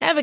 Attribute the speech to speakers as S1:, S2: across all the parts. S1: Ever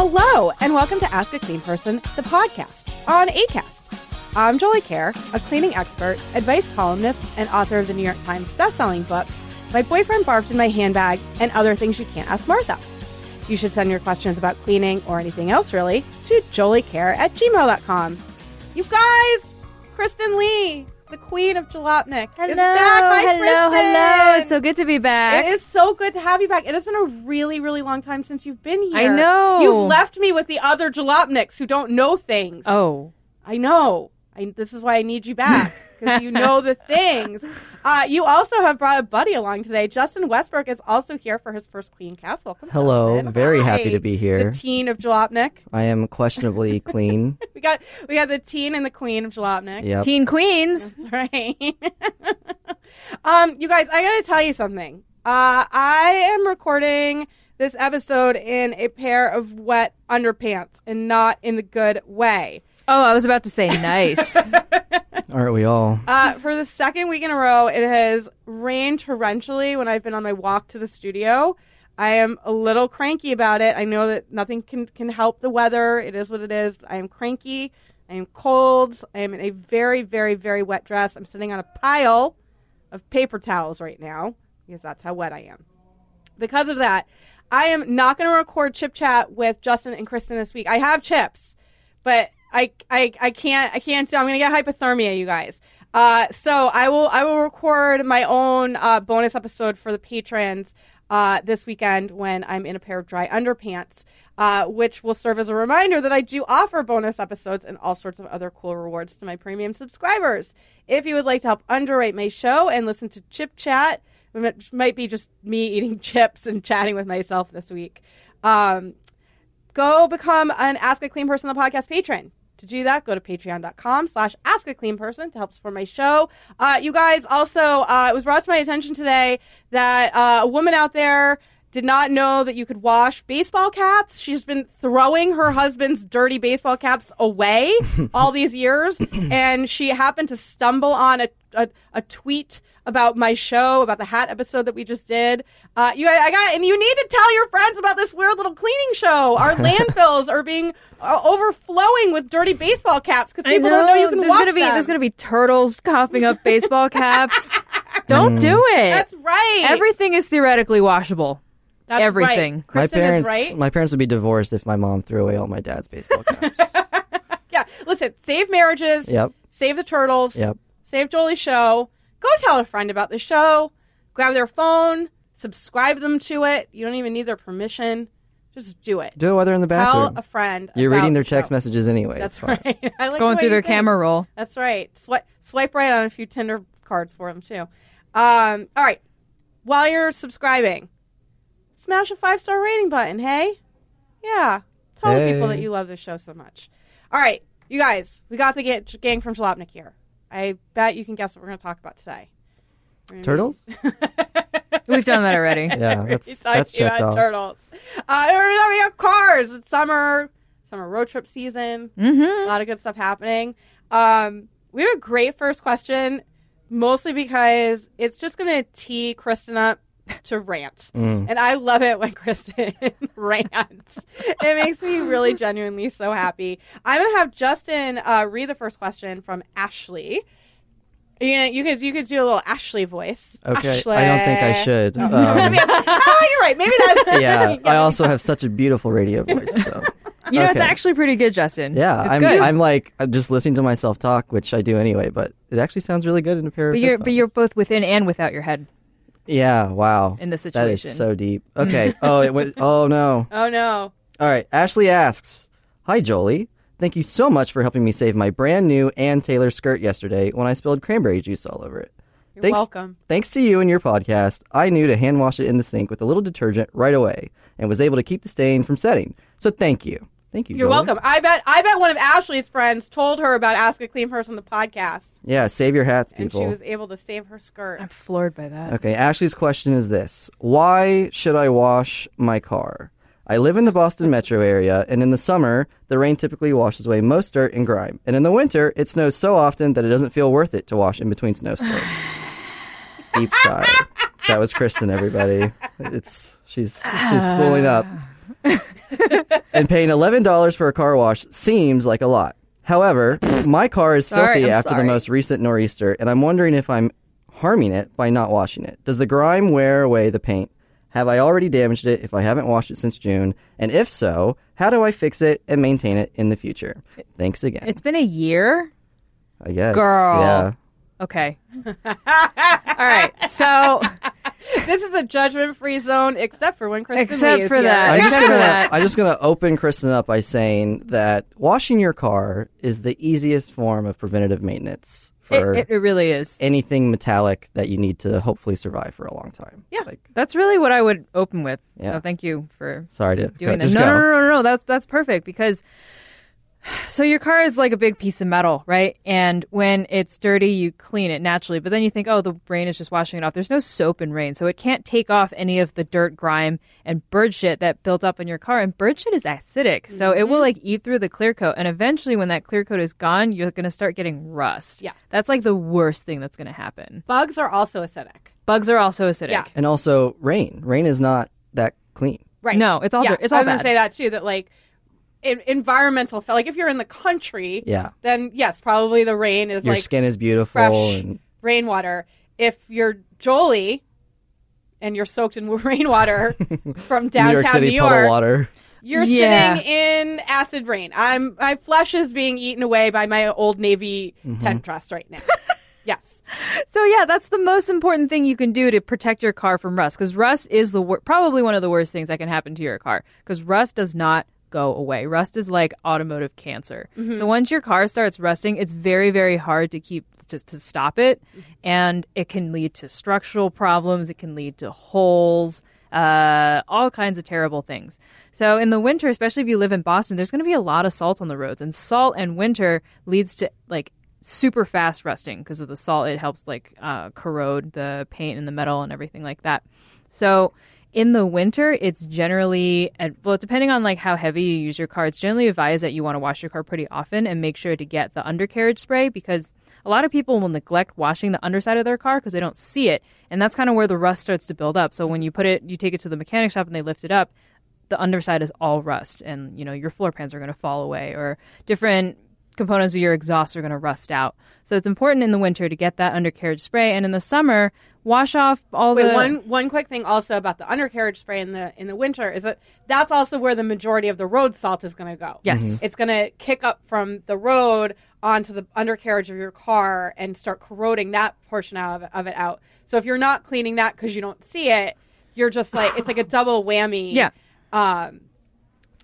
S2: Hello, and welcome to Ask a Clean Person, the podcast on ACAST. I'm Jolie Kerr, a cleaning expert, advice columnist, and author of the New York Times bestselling book, My Boyfriend Barfed in My Handbag and Other Things You Can't Ask Martha. You should send your questions about cleaning or anything else, really, to joliecare at gmail.com. You guys, Kristen Lee, the queen of Jalopnik,
S3: Hello,
S2: is back. Hi, Kristen.
S3: hello, hello. It's so good to be back.
S2: It is so good to have you back. It has been a really, really long time since you've been here.
S3: I know.
S2: You've left me with the other jalopniks who don't know things.
S3: Oh.
S2: I know. I, this is why I need you back because you know the things. Uh, you also have brought a buddy along today. Justin Westbrook is also here for his first clean cast. Welcome.
S4: Hello.
S2: Justin.
S4: Very happy
S2: Hi.
S4: to be here.
S2: The teen of Jalopnik.
S4: I am questionably clean.
S2: We got we got the teen and the queen of Jalopnik.
S4: Yep.
S3: Teen Queens.
S2: That's right. um, you guys, I gotta tell you something. Uh, I am recording this episode in a pair of wet underpants and not in the good way.
S3: Oh, I was about to say nice.
S4: Aren't we all?
S2: Uh, for the second week in a row, it has rained torrentially when I've been on my walk to the studio. I am a little cranky about it. I know that nothing can, can help the weather. It is what it is. I am cranky. I am cold. I am in a very, very, very wet dress. I'm sitting on a pile of paper towels right now because that's how wet I am. Because of that, I am not going to record Chip Chat with Justin and Kristen this week. I have chips, but I I, I can't I can't do. I'm going to get hypothermia, you guys. Uh, so I will I will record my own uh, bonus episode for the patrons. Uh, this weekend, when I'm in a pair of dry underpants, uh, which will serve as a reminder that I do offer bonus episodes and all sorts of other cool rewards to my premium subscribers. If you would like to help underwrite my show and listen to Chip Chat, it might be just me eating chips and chatting with myself this week. Um, go become an Ask a Clean Person the podcast patron. To do that, go to patreon.com slash ask a clean person to help support my show. Uh, you guys also, uh, it was brought to my attention today that uh, a woman out there did not know that you could wash baseball caps. She's been throwing her husband's dirty baseball caps away all these years. And she happened to stumble on a, a, a tweet about my show, about the hat episode that we just did. Uh, you, I got, and you need to tell your friends about this weird little cleaning show. Our landfills are being uh, overflowing with dirty baseball caps because people don't know you can
S3: there's
S2: wash
S3: gonna be
S2: them.
S3: there's gonna be turtles coughing up baseball caps. Don't
S4: Mm.
S3: do it.
S2: That's right.
S3: Everything is theoretically washable.
S2: That's
S3: everything.
S2: Right. Kristen
S4: my parents,
S2: is right.
S4: my parents would be divorced if my mom threw away all my dad's baseball caps.
S2: Yeah. Listen, save marriages.
S4: Yep.
S2: Save the turtles.
S4: Yep.
S2: Save Jolie's show. Go tell a friend about the show. Grab their phone. Subscribe them to it. You don't even need their permission. Just do it.
S4: Do it while they're in the
S2: tell
S4: bathroom.
S2: a friend.
S4: You're
S2: about
S4: reading their
S2: the show.
S4: text messages anyway.
S2: That's
S4: it's fine.
S2: right. I like the
S3: Going
S2: way
S3: through
S2: you
S3: their
S2: think.
S3: camera roll.
S2: That's right. Swipe, swipe right on a few Tinder cards for them too. Um, all right. While you're subscribing, smash a five star rating button. Hey, yeah. Tell the people
S4: Hey.
S2: that you love this show so much. All right, you guys. We got the ga- gang from Jalopnik here. I bet you can guess what we're going to talk about today. We're gonna be-
S4: Turtles?
S3: We've done that already.
S4: Yeah,
S2: we
S4: that's,
S2: talked
S4: that's checked
S2: about
S4: off.
S2: turtles. Uh, we're talking about cars. It's summer, summer road trip season. A lot of good stuff happening. Um, we have a great first question, mostly because it's just going to tee Kristen up to rant.
S4: Mm.
S2: And I love it when Kristen rants. It makes me really genuinely so happy. I'm going to have Justin uh, read the first question from Ashley. You, know, you could you could do a little Ashley voice.
S4: Okay,
S2: Ashley.
S4: I don't think I should. Um,
S2: oh, you're right. Maybe that's
S4: yeah, I also have such a beautiful radio voice. So.
S3: You know, it's
S4: Okay.
S3: actually pretty good, Justin.
S4: Yeah,
S3: it's
S4: I'm,
S3: good.
S4: I'm like I'm just listening to myself talk, which I do anyway. But it actually sounds really good in a pair of.
S3: but you're but
S4: headphones.
S3: you're both within and without your head.
S4: Yeah, wow.
S3: in the
S4: That
S3: situation.
S4: is so deep. Okay. oh, it went. Oh no.
S2: Oh no.
S4: All right. Ashley asks, "Hi Jolie, Thank you so much for helping me save my brand new Ann Taylor skirt yesterday when I spilled cranberry juice all over it.
S2: You're
S4: Thanks-
S2: welcome.
S4: Thanks to you and your podcast, I knew to hand wash it in the sink with a little detergent right away and was able to keep the stain from setting. So thank you. Thank you.
S2: You're
S4: Joel.
S2: welcome. I bet I bet one of Ashley's friends told her about Ask a Clean Person the podcast,
S4: Yeah, save your hats,
S2: and
S4: people.
S2: she was able to save her skirt.
S3: I'm floored by that.
S4: Okay, Ashley's question is this Why should I wash my car? I live in the Boston metro area, and in the summer, the rain typically washes away most dirt and grime. And in the winter, it snows so often that it doesn't feel worth it to wash in between snowstorms. Deep sigh. That was Kristen, everybody. It's she's she's spooling up. and paying eleven dollars for a car wash seems like a lot. However, my car is
S3: Sorry,
S4: filthy
S3: I'm
S4: after the
S3: sorry.
S4: most recent nor'easter, and I'm wondering if I'm harming it by not washing it. Does the grime wear away the paint? Have I already damaged it if I haven't washed it since June? And if so, how do I fix it and maintain it in the future? Thanks again.
S3: It's been a year.
S4: I guess.
S3: girl.
S4: Yeah.
S3: Okay. All right. So
S2: this is a judgment-free zone, except for when Kristen
S3: Except
S2: Lee is
S3: for
S2: here.
S3: that.
S4: I'm just
S3: Except for
S4: gonna
S3: that.
S4: I'm just gonna open Kristen up by saying that washing your car is the easiest form of preventative maintenance for
S3: it, it really is.
S4: anything metallic that you need to hopefully survive for a long time.
S2: Yeah.
S4: Like,
S3: That's really what I would open with.
S4: Yeah.
S3: So thank you for
S4: sorry to
S3: doing
S4: cut-
S3: that.
S4: just
S3: No,
S4: go.
S3: no, no, no, no. That's that's perfect because so your car is like a big piece of metal, right? And when it's dirty, you clean it naturally, but then you think, oh, the rain is just washing it off. There's no soap in rain, so it can't take off any of the dirt, grime, and bird shit that built up in your car. And bird shit is acidic, so it
S2: Mm-hmm.
S3: will like eat through the clear coat, and eventually, when that clear coat is gone, you're gonna start getting rust.
S2: Yeah.
S3: that's like the worst thing that's gonna happen.
S2: Bugs are also acidic.
S3: Bugs are also acidic.
S2: Yeah.
S4: And also rain. Rain is not that clean.
S2: Right.
S3: No, it's all
S2: yeah.
S3: dirt. It's
S2: I
S3: all
S2: was gonna
S3: bad.
S2: say that too. That like in, environmental, fe- like if you're in the country,
S4: Yeah.
S2: then yes, probably the rain is
S4: Your
S2: like
S4: skin is beautiful
S2: fresh
S4: and
S2: rainwater. If you're Jolie and you're soaked in rainwater from downtown
S4: New York City puddle water.
S2: you're
S3: Yeah.
S2: sitting in acid rain. I'm my flesh is being eaten away by my old navy
S3: Mm-hmm.
S2: tent dress right now. yes.
S3: Uh. So yeah, that's the most important thing you can do to protect your car from rust because rust is the wor- probably one of the worst things that can happen to your car because rust does not go away. Rust is like automotive cancer. So once your car starts rusting, it's very very hard to keep just to stop it and it can lead to structural problems, it can lead to holes, uh, all kinds of terrible things. So in the winter, especially if you live in Boston, there's going to be a lot of salt on the roads, and salt and winter leads to like super fast rusting because of the salt. It helps like uh, corrode the paint and the metal and everything like that. So in the winter, it's generally and well, depending on like how heavy you use your car, it's generally advised that you want to wash your car pretty often and make sure to get the undercarriage spray because a lot of people will neglect washing the underside of their car because they don't see it, and that's kind of where the rust starts to build up. So when you put it, you take it to the mechanic shop and they lift it up, the underside is all rust, and you know your floor pans are going to fall away, or different components of your exhaust are going to rust out. So it's important in the winter to get that undercarriage spray, and in the summer, wash off all
S2: Wait,
S3: the
S2: one one quick thing also about the undercarriage spray in the in the winter is that that's also where the majority of the road salt is going to go. Mm-hmm.
S3: Yes. Mhm.
S2: it's going to kick up from the road onto the undercarriage of your car and start corroding that portion of of it out. So if you're not cleaning that because you don't see it, you're just like it's like a double whammy.
S3: Yeah.
S2: Um,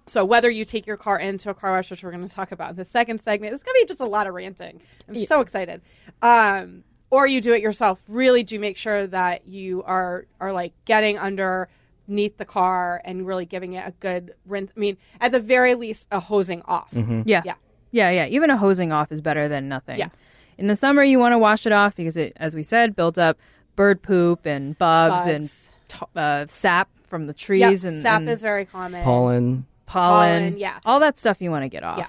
S2: so whether you take your car into a car wash, which we're going to talk about in the second segment, it's going to be just a lot of ranting. I'm so excited. Um, or you do it yourself. Really do make sure that you are are like getting underneath the car and really giving it a good rinse. I mean, at the very least, a hosing off.
S4: Mm-hmm.
S3: Yeah.
S2: Yeah.
S3: Yeah, yeah. Even a hosing off is better than nothing.
S2: Yeah.
S3: In the summer, you want to wash it off because it, as we said, builds up bird poop and bugs, and
S2: Bugs.
S3: t- uh, sap from the
S2: Yeah,
S3: trees and,
S2: sap
S3: and
S2: is very common.
S4: Pollen.
S3: pollen.
S2: pollen, yeah.
S3: All that stuff you want to get off.
S2: Yeah.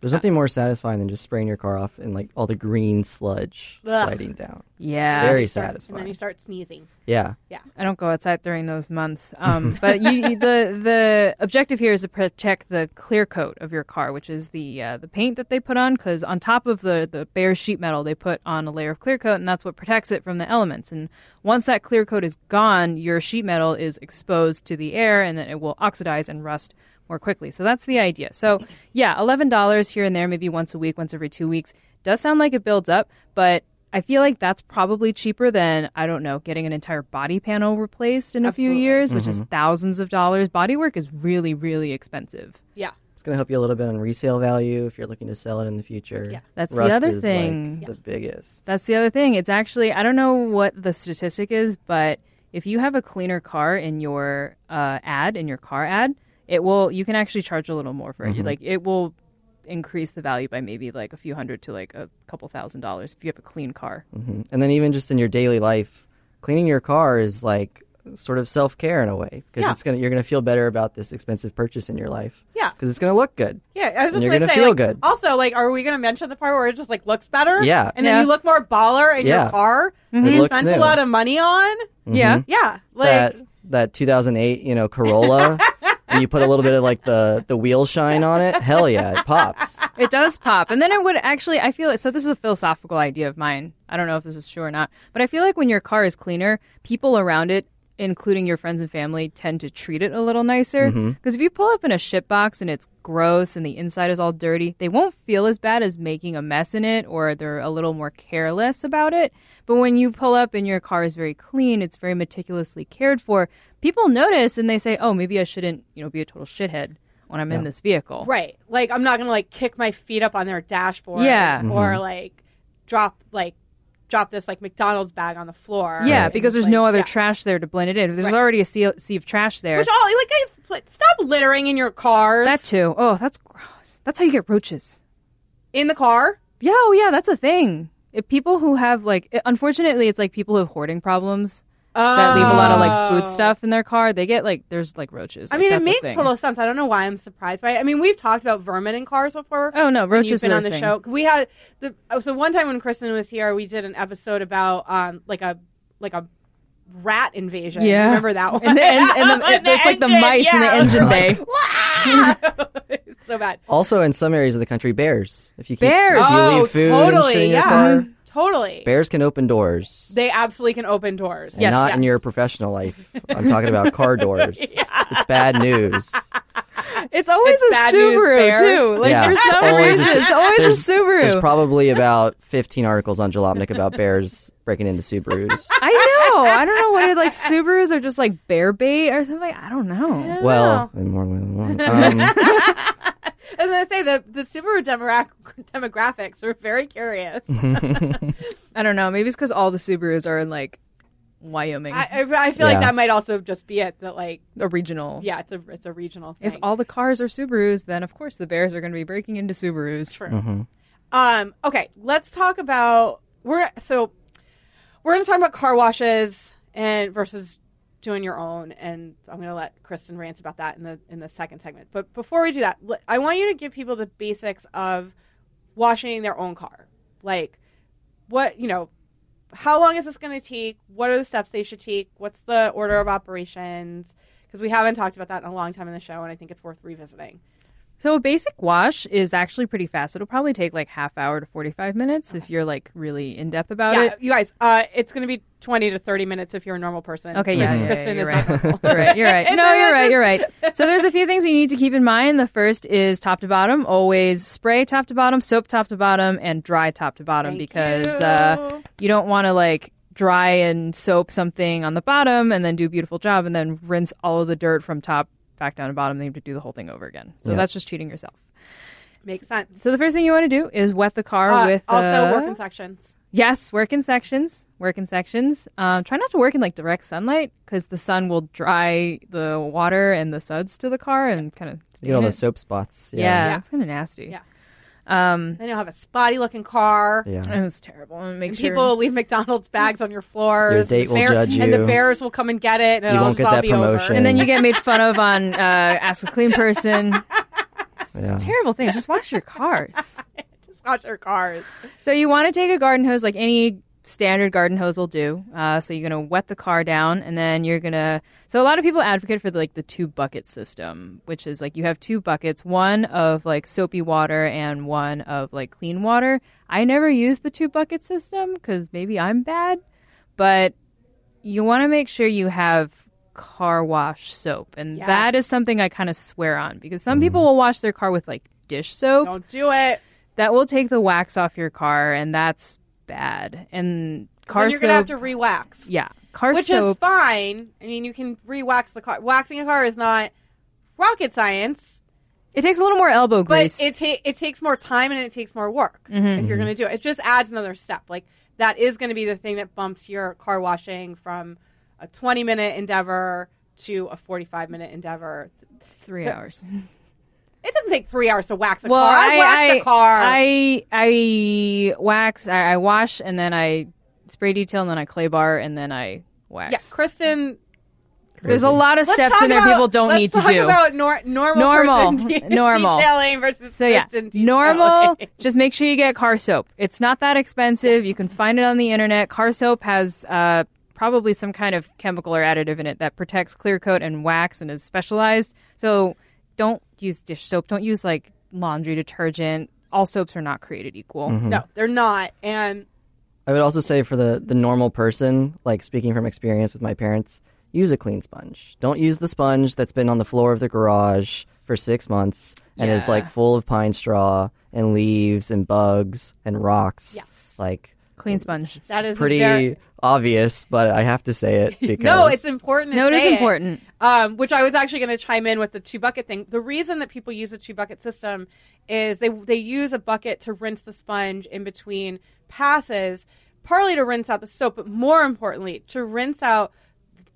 S4: There's nothing more satisfying than just spraying your car off and like all the green sludge
S2: Ugh.
S4: sliding down.
S3: Yeah.
S4: Very
S2: And then you
S4: satisfying.
S2: start sneezing.
S4: Yeah.
S3: I don't go outside during those months. Um, but you, you- the the objective here is to protect the clear coat of your car, which is the uh, the paint that they put on. Because on top of the the bare sheet metal, they put on a layer of clear coat, and that's what protects it from the elements. And once that clear coat is gone, your sheet metal is exposed to the air, and then it will oxidize and rust more quickly. So that's the idea. So yeah, eleven dollars here and there, maybe once a week, once every two weeks, does sound like it builds up, but I feel like that's probably cheaper than I don't know getting an entire body panel replaced in a few
S2: Absolutely.
S3: years, which is thousands of dollars. Body work is really, really expensive.
S2: Yeah.
S4: It's going to help you a little bit on resale value if you're looking to sell it in the future.
S2: Yeah.
S3: That's the
S4: Rust
S3: other
S4: is,
S3: thing.
S4: Like, The biggest.
S3: That's the other thing. It's actually I don't know what the statistic is, but if you have a cleaner car in your uh, ad in your car ad, it will you can actually charge a little more for it. You- Like it will increase the value by maybe like a few hundred to like a couple thousand dollars if you have a clean car.
S4: Mhm. And then even just in your daily life, cleaning your car is like sort of self care in a way because
S2: Yeah.
S4: it's gonna you're gonna feel better about this expensive purchase in your life.
S2: Yeah.
S4: because it's gonna look good.
S2: Yeah, I was just
S4: And you're
S2: gonna
S4: gonna
S2: say.
S4: feel
S2: like,
S4: good.
S2: Also, like, are we gonna mention the part where it just like looks better?
S4: Yeah.
S2: and
S3: Yeah.
S2: then you look more baller in
S4: Yeah.
S2: your car. that
S4: It
S2: You
S4: looks
S2: spent a
S4: new.
S2: lot of money on.
S3: Yeah.
S2: Yeah, like
S4: that that 2008 you know Corolla, and you put a little bit of like the the wheel shine on it. Hell yeah, it pops.
S3: It does pop. And then it would actually, I feel it. So, this is a philosophical idea of mine. I don't know if this is true or not, but I feel like when your car is cleaner, people around it, including your friends and family, tend to treat it a little nicer. Because if you pull up in a shit box and it's gross and the inside is all dirty, they won't feel as bad as making a mess in it or they're a little more careless about it. But when you pull up and your car is very clean, it's very meticulously cared for, people notice and they say, oh, maybe I shouldn't, you know, be a total shithead when I'm in this vehicle.
S2: right. Like, I'm not gonna like kick my feet up on their dashboard.
S3: Yeah.
S2: or like drop like drop this like McDonald's bag on the floor.
S3: Yeah,
S2: And
S3: because
S2: just,
S3: there's no
S2: like,
S3: other
S2: yeah.
S3: trash there to blend it in. If There's
S2: Right.
S3: already a sea, sea of trash there.
S2: Which all like guys, pl- stop littering in your cars.
S3: that too. Oh, that's gross. That's how you get roaches.
S2: in the car.
S3: Yeah, oh yeah, that's a thing. If people who have like, it- unfortunately, it's like people who have hoarding problems that leave a lot of like food stuff in their car. They get like there's like roaches.
S2: Oh. I
S3: Like,
S2: mean,
S3: that's
S2: it
S3: a
S2: makes
S3: thing.
S2: total sense. I don't know why I'm surprised by it. I mean, we've talked about vermin in cars before.
S3: Oh, no,
S2: when
S3: roaches
S2: You've been
S3: are a
S2: on the
S3: thing.
S2: show. We had the oh, so one time when Kristen was here, we did an episode about um like a like a rat invasion.
S3: Yeah.
S2: remember that one?
S3: And the- and- and the-
S2: And
S3: there's, like, the mice in the
S2: yeah,
S3: engine
S2: they're like, "Wah!" It's so bad.
S4: Also, in some areas of the country, bears. If you keep,
S3: Bears.
S4: if you
S2: oh,
S4: leave food and
S2: totally.
S4: shit in your
S2: yeah,
S4: car,
S3: Mm-hmm.
S2: totally.
S4: bears can open doors.
S2: They absolutely can open doors.
S4: And not in your professional life. I'm talking about car doors. It's bad news.
S3: It's always
S2: It's
S3: a
S2: bad news
S3: Subaru
S2: bears.
S3: too. Like
S4: Yeah,
S3: for
S4: it's
S3: some
S4: always a-
S3: reason, it's always
S4: there's-
S3: a Subaru.
S4: There's probably about 15 articles on Jalopnik about bears breaking into Subarus.
S3: I know. I don't know what it like. Subarus are just like bear bait or something. I don't know.
S4: Well, in more than one. Um,
S2: I was gonna say the the Subaru demora- demographics are very curious.
S4: Mm-hmm.
S3: I don't know. Maybe it's because all the Subarus are in like Wyoming,
S2: I, I, I feel
S4: Yeah.
S2: like that might also just be it. That like,
S3: a regional.
S2: yeah, it's a it's a regional thing.
S3: If all the cars are Subarus, then of course the Bears are going to be breaking into Subarus.
S2: True. Um. Okay. Let's talk about we're so we're going to talk about car washes and versus doing your own, and I'm going to let Kristen rant about that in the in the second segment. But before we do that, l- I want you to give people the basics of washing their own car, like what you know. How long is this going to take? What are the steps they should take? What's the order of operations? Because we haven't talked about that in a long time in the show, and I think it's worth revisiting.
S3: So a basic wash is actually pretty fast. It'll probably take like half hour to forty five minutes if you're like really in depth about
S2: Yeah,
S3: it.
S2: you guys, uh, it's going to be 20 to 30 minutes if you're a normal person.
S3: Okay, yeah, yeah,
S2: Kristen
S3: yeah,
S2: is
S3: you're
S2: not
S3: right.
S2: normal.
S3: You're right. You're right.
S2: And
S3: No,
S2: then
S3: you're
S2: I
S3: right.
S2: just-
S3: You're right. So there's a few things you need to keep in mind. The first is top to bottom. Always spray top to bottom, soap top to bottom, and dry top to bottom because
S2: you.
S3: Uh, you don't want to like dry and soap something on the bottom and then do a beautiful job and then rinse all of the dirt from top back down to bottom. Then you have to do the whole thing over again. So that's just cheating yourself.
S2: Makes sense.
S3: So the first thing you want to do is wet the car
S2: Uh,
S3: with
S2: also,
S3: uh,
S2: work in sections.
S3: Yes, work in sections. Work in sections. Um, try not to work in like direct sunlight because the sun will dry the water and the suds to the car and kind of
S4: you get all those soap spots.
S3: Yeah,
S4: Yeah.
S2: Yeah.
S3: it's kind of nasty.
S2: Yeah.
S3: Um,
S2: Then you'll have a spotty looking car.
S4: Yeah.
S3: it was terrible. And make
S2: And
S3: sure
S2: people will leave McDonald's bags on your floors.
S4: Your date will
S2: Bear-
S4: judge
S2: And the
S4: you.
S2: bears will come and get it, and
S4: You
S2: it'll
S4: won't
S2: just
S4: get
S2: all
S4: that
S2: be over.
S4: promotion.
S3: and then you get made fun of on uh, Ask a Clean Person. It's a
S4: Yeah.
S3: terrible thing. Just wash your cars.
S2: Just watch your cars.
S3: So you want to take a garden hose, like any standard garden hose will do. Uh, so you're gonna wet the car down, and then you're gonna. So a lot of people advocate for like the two bucket system, which is like you have two buckets, one of like soapy water and one of like clean water. I never use the two bucket system because maybe I'm bad, but you want to make sure you have car wash soap, and
S2: Yes.
S3: that is something I kind of swear on because some people will wash their car with like dish soap
S2: Don't do it.
S3: that will take the wax off your car, and that's bad. And car
S2: Then you're
S3: soap,
S2: going to have to re wax.
S3: yeah, car
S2: Which
S3: soap.
S2: is fine. I mean, you can re wax the car. Waxing a car is not rocket science.
S3: It takes a little more elbow
S2: But
S3: grease.
S2: it ta- it takes more time and it takes more work
S3: Mm-hmm.
S2: if you're going to do it. It just adds another step. Like that is going to be the thing that bumps your car washing from a 20 minute endeavor to a 45 minute endeavor.
S3: Three hours.
S2: It doesn't take three hours to wax a
S3: well,
S2: car. I,
S3: I,
S2: wax
S3: I,
S2: a car.
S3: I I wax. I, I wash and then I spray detail and then I clay bar and then I wax.
S2: yeah, Kristen.
S3: There's a lot of
S2: let's
S3: steps
S2: talk
S3: in there
S2: about-
S3: people don't
S2: let's
S3: need to
S2: talk
S3: do.
S2: about nor- normal,
S3: Normal.
S2: person de-
S3: Normal.
S2: detailing versus
S3: So yeah,
S2: Kristen detailing.
S3: normal. Just make sure you get car soap. It's not that expensive. You can find it on the internet. Car soap has uh, probably some kind of chemical or additive in it that protects clear coat and wax and is specialized. So don't use dish soap. Don't use like laundry detergent. All soaps are not created equal.
S2: No, they're not. And
S4: I would also say for the the normal person, like speaking from experience with my parents, use a clean sponge. Don't use the sponge that's been on the floor of the garage for six months and is like full of pine straw and leaves and bugs and rocks. Yes, like
S3: Clean sponge.
S2: that is a
S4: pretty
S2: very-
S4: obvious, but I have to say it because
S2: no, it's important. to
S3: No, it is
S2: say
S3: important.
S2: Um, which I was actually going to chime in with the two bucket thing. The reason that people use the two bucket system is they they use a bucket to rinse the sponge in between passes, partly to rinse out the soap, but more importantly to rinse out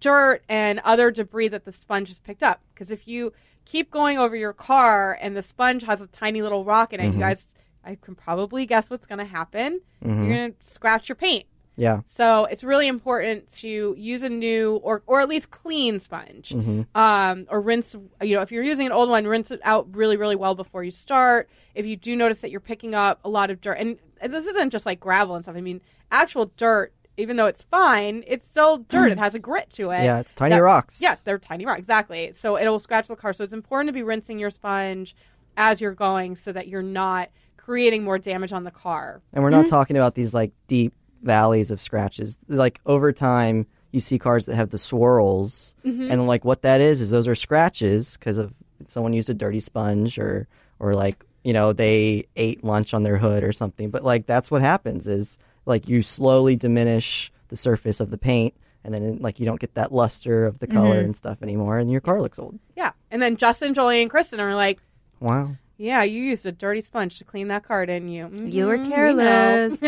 S2: dirt and other debris that the sponge has picked up. Because if you keep going over your car and the sponge has a tiny little rock in it, you guys, I can probably guess what's going to happen. You're going to scratch your paint.
S4: yeah.
S2: So it's really important to use a new or or at least clean sponge,
S4: Mm-hmm.
S2: um, or rinse. You know, if you're using an old one, rinse it out really really well before you start. If you do notice that you're picking up a lot of dirt, and, and this isn't just like gravel and stuff. I mean, actual dirt. Even though it's fine, it's still dirt. it has a grit to it.
S4: Yeah, it's tiny
S2: that-
S4: rocks.
S2: Yeah, they're tiny rocks. Exactly. So it'll scratch the car. So it's important to be rinsing your sponge as you're going, so that you're not creating more damage on the car.
S4: And we're not talking about these like deep valleys of scratches. Like over time, you see cars that have the swirls, and like what that is is those are scratches because of someone used a dirty sponge or or like you know they ate lunch on their hood or something. But like that's what happens is like you slowly diminish the surface of the paint. And then, like, you don't get that luster of the color and stuff anymore, and your car looks old.
S2: Yeah. And then Justin, Jolie, and Kristen are like,
S4: Wow.
S2: Yeah, you used a dirty sponge to clean that car, didn't you? Mhm,
S3: You were
S2: we know."
S3: careless.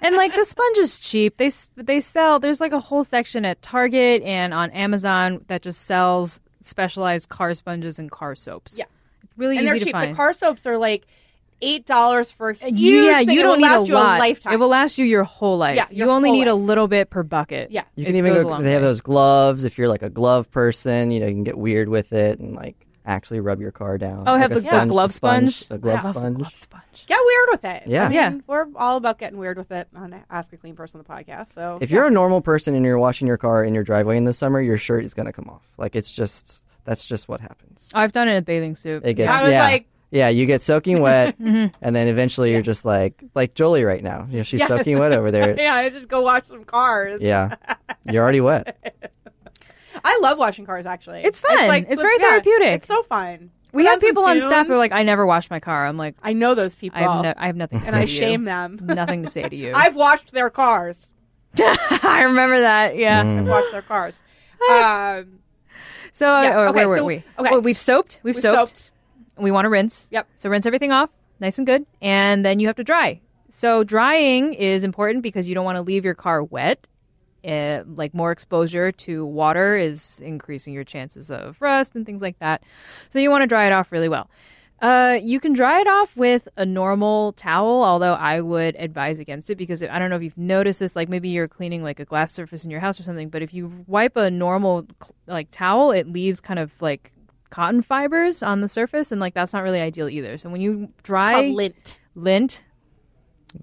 S3: and like the sponge is cheap. They s- they sell. There's like a whole section at Target and on Amazon that just sells specialized car sponges and car soaps.
S2: Yeah.
S3: really
S2: And
S3: easy
S2: they're
S3: to
S2: cheap.
S3: find. Uh,
S2: The car soaps are like eight dollars for a huge.
S3: yeah,
S2: thing.
S3: you
S2: It
S3: don't
S2: will
S3: need
S2: last
S3: a
S2: you
S3: lot.
S2: a lifetime.
S3: It will last you your whole life.
S2: Yeah,
S3: you
S2: your
S3: only
S2: whole
S3: need a
S2: life.
S3: little bit per bucket.
S2: Yeah.
S4: You
S3: It
S4: can even
S3: goes
S4: go-
S3: a long
S4: they have
S3: way.
S4: those gloves if you're like a glove person, you know, you can get weird with it and like actually rub your car down.
S3: Oh,
S4: Like
S3: have
S4: a
S3: the, the glove
S4: a
S3: sponge.
S4: A glove
S3: I love the
S4: sponge.
S3: glove sponge.
S2: Get weird with it.
S4: Yeah.
S2: I mean,
S3: Yeah.
S2: We're all about getting weird with it on Ask a Clean Person the podcast. So
S4: If you're a normal person and you're washing your car in your driveway in the summer, your shirt is going to come off. Like it's just that's just what happens.
S3: Oh, I've done it in a bathing suit.
S4: It gets
S2: I was
S4: yeah.
S2: like-
S4: yeah, you get soaking wet,
S3: Mm-hmm.
S4: and then eventually you're just like like Jolie right now. You know, she's soaking wet over there.
S2: yeah, I just go watch some cars.
S4: yeah, you're already wet.
S2: I love watching cars. Actually,
S3: It's fun. It's very
S2: yeah,
S3: therapeutic.
S2: It's so fun.
S3: We
S2: Put
S3: have
S2: some
S3: people on staff
S2: tunes.
S3: who are like, I never wash my car. I'm like,
S2: I know those people,
S3: I have, no, I have nothing to
S2: and
S3: say
S2: I
S3: to you.
S2: shame them.
S3: Nothing to say to you.
S2: I've watched their cars.
S3: I remember that. Yeah.
S4: Mm-hmm.
S2: I've watched their cars. Um,
S3: So uh,
S2: Yeah,
S3: oh,
S2: okay,
S3: where were
S2: so-
S3: we?
S2: okay.
S3: Well, we've soaped. We've,
S2: we
S3: soaped.
S2: soaped.
S3: We want to rinse.
S2: Yep.
S3: So rinse everything off, nice and good, and then you have to dry. So drying is important because you don't want to leave your car wet. Uh like more exposure to water is increasing your chances of rust and things like that. So you want to dry it off really well. Uh, you can dry it off with a normal towel, although I would advise against it because I don't know if you've noticed this. Like maybe you're cleaning like a glass surface in your house or something, but if you wipe a normal like towel, it leaves kind of like cotton fibers on the surface, and like that's not really ideal either. So when you dry
S2: Called lint.
S3: lint,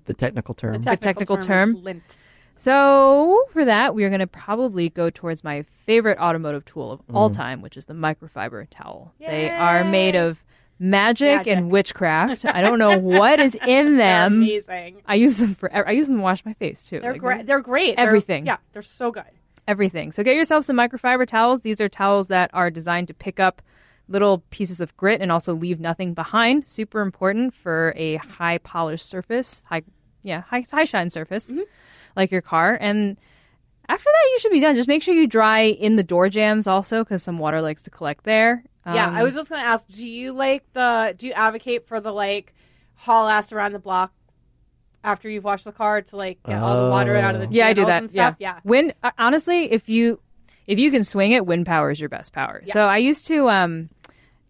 S4: The technical term.
S3: technical term.
S2: is lint.
S3: so for that we are going to probably go towards my favorite automotive tool of all time, which is the microfiber towel. They are made of magic, and witchcraft. I don't know what is
S2: They're
S3: in them.
S2: amazing.
S3: I use them for. I use them to wash my face too.
S2: They're
S3: Like,
S2: great. They're great. They're-
S3: Everything.
S2: yeah, they're so good.
S3: everything. So get yourself some microfiber towels. These are towels that are designed to pick up little pieces of grit and also leave nothing behind. Super important for a high polished surface, high yeah, high high shine surface
S2: Mm-hmm.
S3: like your car and after that you should be done. Just make sure you dry in the door jams also cuz some water likes to collect there.
S2: yeah,
S3: Um,
S2: I was just gonna ask, do you like the do you advocate for the like haul ass around the block after you've washed the car to like get all the water out of the
S3: Oh. Yeah, I do
S2: channels
S3: that.
S2: and stuff?
S3: Yeah. Wind uh, honestly, if you if you can swing it, wind power is your best power. So I used to um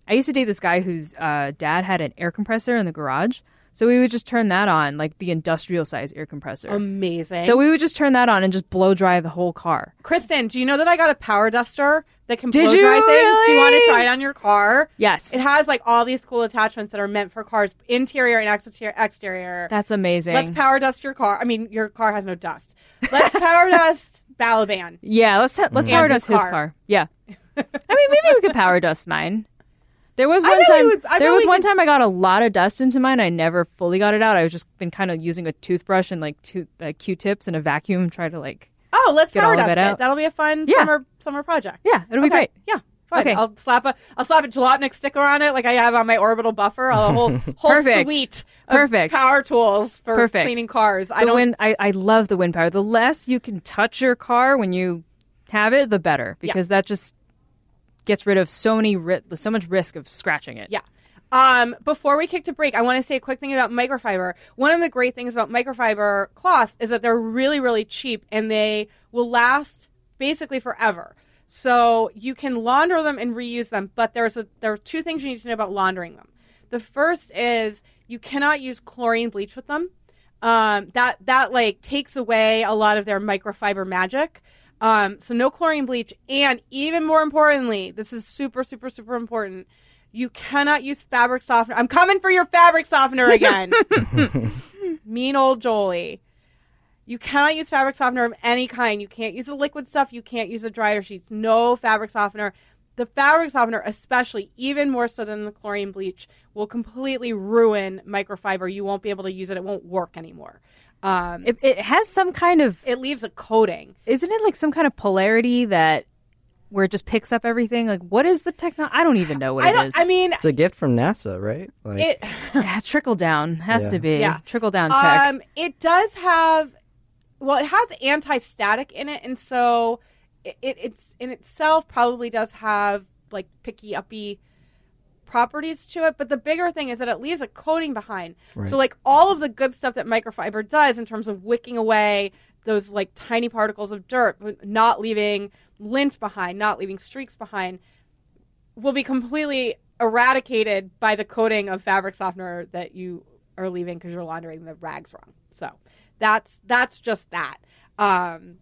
S3: I used to date this guy whose uh, dad had an air compressor in the garage. So we would just turn that on, like the industrial size air compressor.
S2: Amazing.
S3: so we would just turn that on and just blow dry the whole car.
S2: Kristen, do you know that I got a power duster that can
S3: Did
S2: blow dry
S3: you
S2: things? Do you want
S3: really?
S2: to try it on your car?
S3: Yes.
S2: It has like all these cool attachments that are meant for cars, interior and exterior. exterior.
S3: That's amazing.
S2: Let's power dust your car. I mean, your car has no dust. Let's power dust Balaban.
S3: Yeah, let's let's power
S2: Andrew's
S3: dust his
S2: car.
S3: car. Yeah, I mean maybe we could power dust mine. There was one
S2: bet we
S3: time.
S2: would- I
S3: there
S2: bet
S3: was
S2: we
S3: one time I got a lot of dust into mine. I never fully got it out. I was just been kind of using a toothbrush and like tooth, uh, Q-tips and a vacuum, try to like.
S2: Oh, let's
S3: Get all
S2: power
S3: of
S2: dust
S3: it
S2: it.
S3: out.
S2: That'll be a fun
S3: Yeah.
S2: summer summer project.
S3: Yeah, it'll be
S2: Okay.
S3: great.
S2: Yeah. Fine.
S3: Okay.
S2: I'll slap a I'll slap a gelatinous sticker on it like I have on my orbital buffer. I'll have a whole whole
S3: Perfect.
S2: suite of
S3: Perfect.
S2: power tools for
S3: Perfect.
S2: cleaning cars. I
S3: The
S2: don't
S3: wind. I I love the wind power. The less you can touch your car when you have it, the better because that just gets rid of so many ri- so much risk of scratching it.
S2: Yeah. Um, before we kick to break, I want to say a quick thing about microfiber. One of the great things about microfiber cloth is that they're really, really cheap and they will last basically forever. So you can launder them and reuse them, but there's a, there are two things you need to know about laundering them. The first is you cannot use chlorine bleach with them. Um, that that like takes away a lot of their microfiber magic. Um, so no chlorine bleach, and even more importantly, this is super super super important. You cannot use fabric softener. I'm coming for your fabric softener again. mean old Jolie. You cannot use fabric softener of any kind. You can't use the liquid stuff. You can't use the dryer sheets. No fabric softener. The fabric softener, especially, even more so than the chlorine bleach, will completely ruin microfiber. You won't be able to use it. It won't work anymore. Um,
S3: It, it has some kind of
S2: it leaves a coating.
S3: isn't it like some kind of polarity that where it just picks up everything? Like, what is the techno? I don't even know what
S2: I
S3: it
S2: don't.
S3: is.
S2: I mean,
S4: It's a gift from NASA, right? Like,
S2: it.
S3: Yeah, trickle down has
S4: Yeah.
S3: to be
S2: Yeah.
S3: trickle down tech.
S2: Um, it does have, well, it has anti-static in it, and so it, it it's in itself probably does have like picky uppy properties to it. But the bigger thing is that it leaves a coating behind. So like all of the good stuff that microfiber does in terms of wicking away those like tiny particles of dirt, but not leaving lint behind, not leaving streaks behind, will be completely eradicated by the coating of fabric softener that you are leaving because you're laundering the rags wrong. So that's that's just that. Um,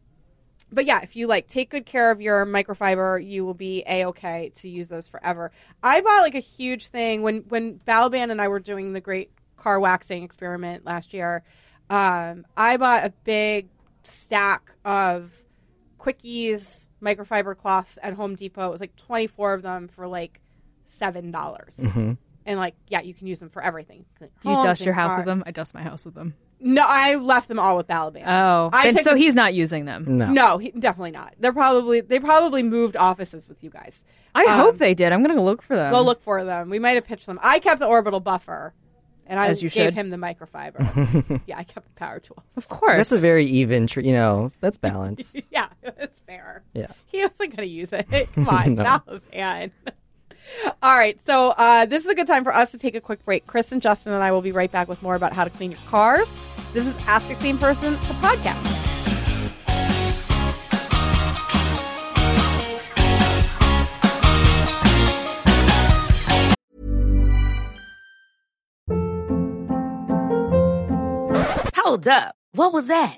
S2: but yeah, if you like take good care of your microfiber, you will be a okay to use those forever. I bought like a huge thing when when Balaban and I were doing the great car waxing experiment last year. Um, I bought a big stack of quickies microfiber cloths at Home Depot. It was like twenty four of them for like seven dollars. And like, yeah, you can use them for everything.
S3: Do you dust your house with them? I dust my house with them.
S2: No, I left them all with Balaban.
S3: Oh,
S2: I
S3: and
S2: took
S3: so
S2: a-
S3: he's not using them.
S4: no.
S2: No, he, definitely not. They're probably they probably moved offices with you guys.
S3: I hope they did. I'm gonna go look for them.
S2: Um, Go look for them. We might have pitched them. I kept the orbital buffer, and I
S3: As you
S2: gave
S3: should.
S2: him the microfiber. yeah, I kept the power tools.
S3: Of course.
S4: That's a very even, tr- you know, that's balance.
S2: yeah, it's fair.
S4: Yeah.
S2: He wasn't going to use it. Come on, it's Balaban. All right, so uh, this is a good time for us to take a quick break. Chris and Justin and I will be right back with more about how to clean your cars. This is Ask a Clean Person, the podcast.
S1: Hold up. What was that?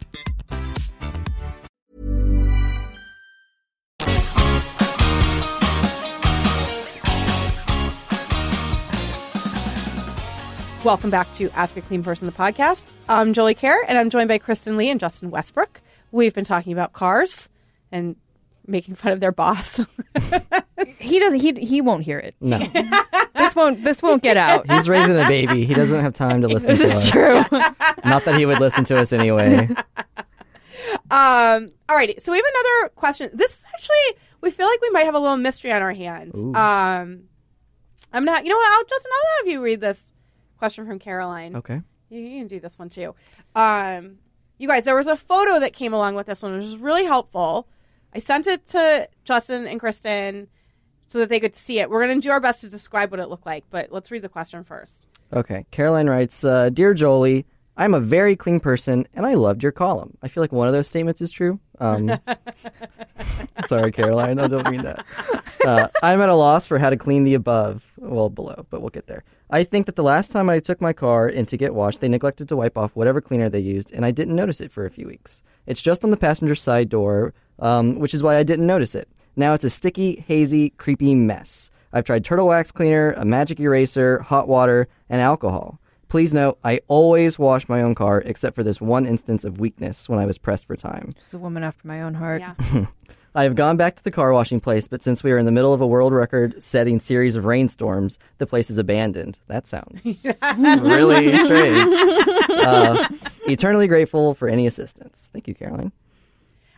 S2: Welcome back to Ask a Clean Person, the podcast. I'm Jolie Kerr, and I'm joined by Kristen Lee and Justin Westbrook. We've been talking about cars and making fun of their boss. Um,
S3: He doesn't. He he won't hear it.
S4: No,
S3: This won't. This won't get out.
S4: he's raising a baby. He doesn't have time to listen
S3: This
S4: to
S3: is
S4: us.
S3: true.
S4: Not that he would listen to us anyway.
S2: um, alrighty, so we have another question. This is actually we feel like we might have a little mystery on our hands.
S4: Ooh.
S2: Um, I'm not. You know what? I'll Justin. I'll have you read this question from Caroline.
S4: Okay.
S2: You, you can do this one too. Um, you guys, there was a photo that came along with this one, which was really helpful. I sent it to Justin and Kristen so that they could see it. We're going to do our best to describe what it looked like, but let's read the question first.
S4: Okay. Caroline writes, uh, "Dear Jolie, I'm a very clean person, and I loved your column. I feel like one of those statements is true. Um, sorry, Caroline, I don't mean that. Uh, I'm at a loss for how to clean the above, well, below, but we'll get there. I think that the last time I took my car in to get washed, they neglected to wipe off whatever cleaner they used, and I didn't notice it for a few weeks. It's just on the passenger side door, um, which is why I didn't notice it. Now it's a sticky, hazy, creepy mess." I've tried turtle wax cleaner, a magic eraser, hot water, and alcohol. Please note, I always wash my own car except for this one instance of weakness when I was pressed for time.
S3: She's a woman after my own heart.
S2: Yeah.
S4: I have gone back to the car washing place, but since we are in the middle of a world record setting series of rainstorms, the place is abandoned. That sounds really strange. Uh, eternally grateful for any assistance. Thank you, Caroline.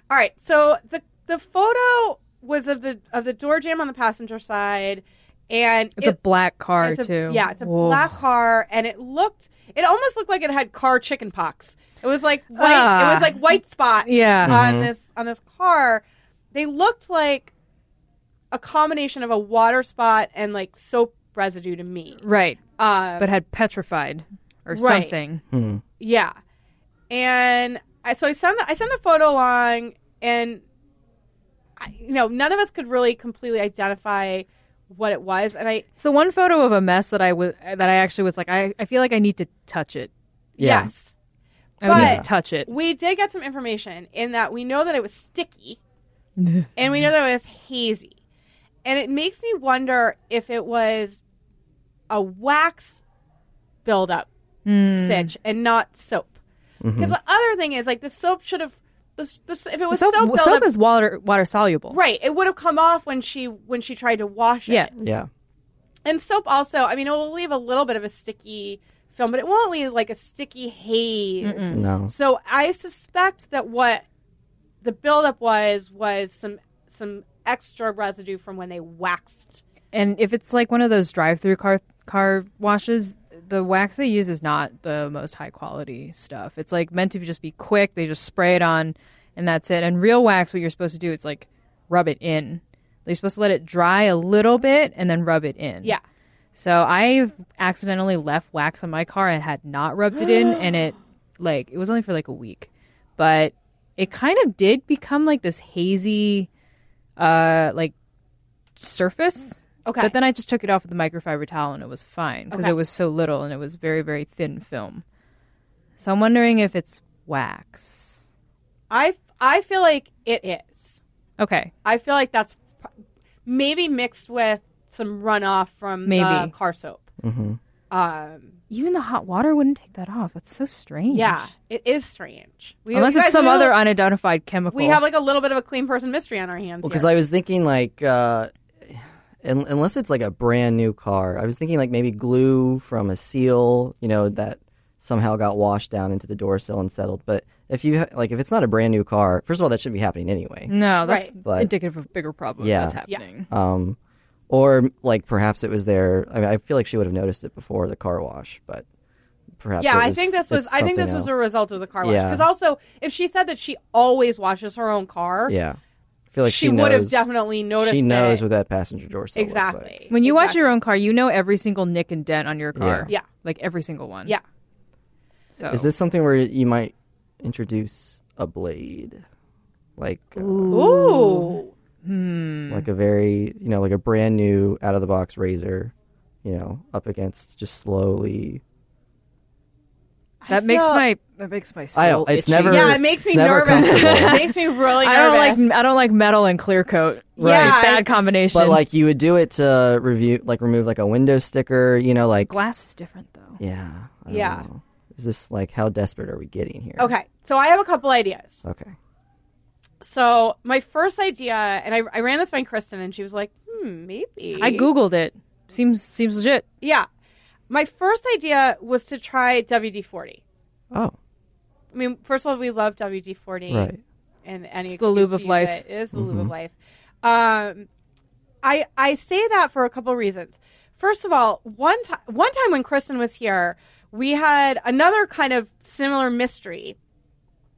S2: All right. So the the photo was of the of the door jam on the passenger side, and
S3: It's a
S2: it-
S3: black car
S2: it's a-
S3: too.
S2: Yeah, it's a
S3: Whoa.
S2: black car, and it looked. It almost looked like it had car chicken pox. It was like white.
S3: Ah.
S2: it was like white spots.
S3: Yeah. Mm-hmm.
S2: on this on this car, they looked like a combination of a water spot and like soap residue to me.
S3: Right,
S2: Um,
S3: but had petrified or
S2: Right.
S3: something.
S2: yeah, and I so I sent the, I sent the photo along, and I, you know none of us could really completely identify what it was, and I
S3: So one photo of a mess that I was that I actually was like, I, I feel like I need to touch it.
S4: Yeah.
S2: yes.
S3: I would need
S2: But-
S3: to touch it.
S2: We did get some information in that we know that it was sticky and we know that it was hazy. And it makes me wonder if it was a wax buildup
S3: Hmm.
S2: sitch and not soap. Because the other thing is, like, the soap should have, the, the, if it was soap,
S3: Soap, soap,
S2: buildup,
S3: is water water soluble.
S2: right, it would have come off when she when she tried to wash it.
S3: Yeah.
S4: Yeah.
S2: And soap also, I mean, it will leave a little bit of a sticky film, but it won't leave like a sticky haze.
S4: No.
S2: So I suspect that what the buildup was was some some extra residue from when they waxed.
S3: And if it's like one of those drive-through car car washes, the wax they use is not the most high quality stuff. It's like meant to be- just be quick. They just spray it on, and that's it. And real wax, what you're supposed to do is like rub it in. You're supposed to let it dry a little bit and then rub it in.
S2: Yeah.
S3: So I've accidentally left wax on my car and had not rubbed it in, and it like it was only for like a week, but it kind of did become like this hazy, uh, like surface.
S2: Okay.
S3: But then I just took it off with a microfiber towel and it was fine because
S2: Okay.
S3: it was so little and it was very very thin film. So I'm wondering if it's wax.
S2: I I feel like it is.
S3: Okay,
S2: I feel like that's p- maybe mixed with some runoff from
S3: Maybe.
S2: the car soap.
S4: hmm
S2: Um,
S3: even the hot water wouldn't take that off. That's so strange.
S2: yeah, it is strange. We,
S3: Mm-hmm. Unless
S2: you
S3: it's
S2: guys
S3: some
S2: know-
S3: other unidentified chemical.
S2: We have like a little bit of a clean person mystery on our hands.
S4: Well,
S2: here.
S4: because I was thinking like, uh, un- unless it's like a brand new car, I was thinking like maybe glue from a seal, you know, that somehow got washed down into the door sill and settled. But if you ha- like, if it's not a brand new car, first of all, that shouldn't be happening anyway.
S3: No, that's
S2: Right.
S4: But-
S3: indicative of a bigger problem
S4: Yeah.
S3: that's
S2: Yeah.
S3: happening.
S4: Um, or like perhaps it was there. I, mean, I feel like she would have noticed it before the car wash, but perhaps
S2: yeah,
S4: it
S2: I
S4: was-
S2: think this
S4: it's
S2: was. I think
S4: something
S2: this was a
S4: else.
S2: result of the car wash.
S4: Yeah.
S2: Because also, if she said that she always washes her own car,
S4: yeah. I feel like she,
S2: she, would have
S4: knows-
S2: definitely noticed.
S4: She knows
S2: it.
S4: what that passenger door sill looks like.
S2: exactly.
S3: When you watch
S2: Exactly.
S3: your own car, you know every single nick and dent on your car.
S2: Yeah. Yeah.
S3: Like every single one.
S2: yeah.
S3: So.
S4: Is this something where you might introduce a blade, like uh,
S2: Ooh.
S4: like a very you know like a brand new out of the box razor, you know, up against just slowly.
S3: that
S2: I
S3: makes
S2: feel-
S3: my that makes my soul
S4: I don't. It's
S3: itchy.
S4: never.
S2: Yeah, it makes
S4: it's
S2: me
S4: never
S2: nervous.
S4: comfortable.
S2: it makes me really nervous.
S3: I don't like uh, I don't like metal and clear coat.
S2: Yeah,
S3: Like,
S2: I-
S3: bad combination.
S4: but like you would do it to review, like remove like a window sticker, you know, like
S3: glass is different though.
S4: yeah, Oh. I don't
S2: Yeah.
S4: know. Is this like how desperate are we getting here?
S2: Okay, so I have a couple ideas.
S4: Okay.
S2: So my first idea, and I, I ran this by Kristen, and she was like, "Hmm, maybe."
S3: I googled it. Seems seems legit.
S2: Yeah, my first idea was to try WD forty.
S4: Oh,
S2: I mean, first of all, we love WD forty,
S4: right.
S2: and any
S3: It's the
S2: excuse
S3: lube
S2: to
S3: of
S2: use
S3: life.
S2: It. it is the lube of life. Um, I I say that for a couple reasons. First of all, one time one time when Kristen was here, we had another kind of similar mystery,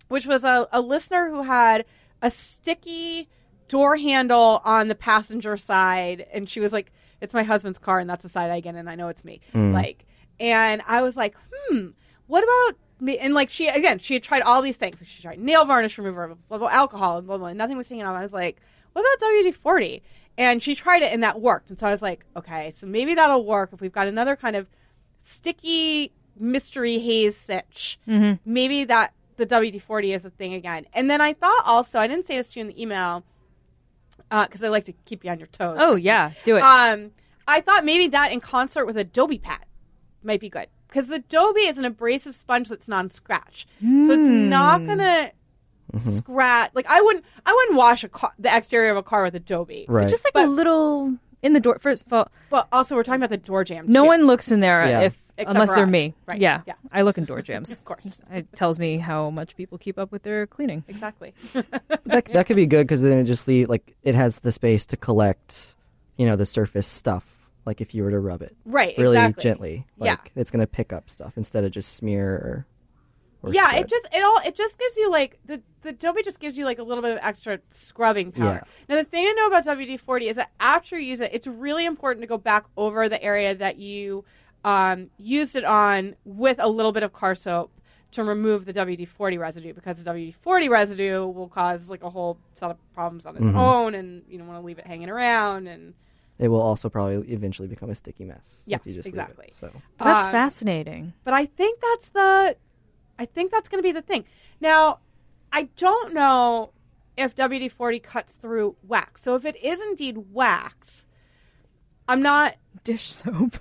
S2: which was a, a listener who had a sticky door handle on the passenger side, and she was like, "It's my husband's car, and that's the side I get, and I know it's me." Like, and I was like, "Hmm, what about?" Me? And like she again, she had tried all these things. She tried nail varnish remover, blah blah, alcohol, and blah blah. And nothing was taking off. I was like, what about WD 40? And she tried it and that worked. And so I was like, okay, so maybe that'll work if we've got another kind of sticky mystery haze sitch.
S3: Mm-hmm.
S2: Maybe that the WD 40 is a thing again. And then I thought also, I didn't say this to you in the email because I like to keep you on your toes.
S3: Oh yeah, do it.
S2: Um, I thought maybe that in concert with Adobe Pat might be good because Adobe is an abrasive sponge that's non-scratch, so it's
S3: Hmm.
S2: not gonna
S3: Mm-hmm.
S2: scratch. Like I wouldn't, I wouldn't wash a car, the exterior of a car with Adobe.
S4: right.
S3: Just like
S2: But-
S3: a little in the door. First of all,
S2: But also, we're talking about the door jam.
S3: no
S2: too.
S3: one looks in there
S4: Yeah.
S3: if
S2: Except
S3: unless
S2: for
S3: they're
S2: us.
S3: me.
S2: Right.
S3: Yeah.
S2: Yeah.
S3: I look in door jams.
S2: of course,
S3: It tells me how much people keep up with their cleaning.
S2: exactly.
S4: that, that could be good because then it just leave like it has the space to collect, you know, the surface stuff. Like if you were to rub it
S2: right,
S4: really
S2: exactly.
S4: gently,
S2: Yeah.
S4: like it's gonna pick up stuff instead of just smear. Or, or
S2: yeah,
S4: spread.
S2: it just it all it just gives you like the the Adobe just gives you like a little bit of extra scrubbing power. Now the thing to know about WD forty is that after you use it, it's really important to go back over the area that you um, used it on with a little bit of car soap to remove the WD forty residue because the WD forty residue will cause like a whole set of problems on its own, and you don't want to leave it hanging around. And
S4: it will also probably eventually become a sticky mess. if
S2: Yes,
S4: you just leave
S2: exactly.
S4: It, so
S3: That's
S2: um,
S3: fascinating.
S2: But I think that's the I think that's going to be the thing. Now, I don't know if WD-40 cuts through wax. So if it is indeed wax, I'm not
S3: Dish soap.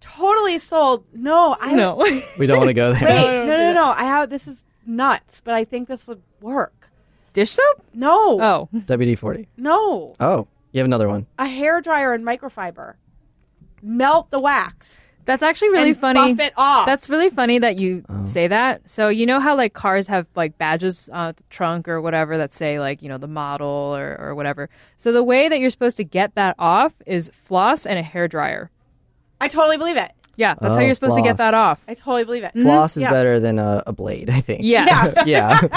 S2: totally sold. No, I
S3: No.
S4: we don't want to go
S2: Wait,
S4: there.
S3: No,
S2: no,
S3: no,
S2: no,
S3: do
S2: no,
S3: that.
S2: I have this is nuts, but I think this would work.
S3: Dish soap?
S2: No.
S3: Oh.
S4: WD forty.
S2: No.
S4: Oh, you have another one.
S2: A hair dryer and microfiber. Melt the wax.
S3: That's actually really
S2: and
S3: funny.
S2: Buff it off.
S3: That's really funny that you
S4: Oh.
S3: say that. So you know how like cars have like badges on the trunk or whatever that say like you know the model or, or whatever. So the way that you're supposed to get that off is floss and a hair dryer.
S2: I totally believe it.
S3: Yeah, that's how
S4: Oh,
S3: you're supposed to get
S4: floss.
S3: that off.
S2: I totally believe it.
S4: Floss is
S2: Yeah.
S4: better than a, a blade, I think.
S3: Yes.
S4: yeah.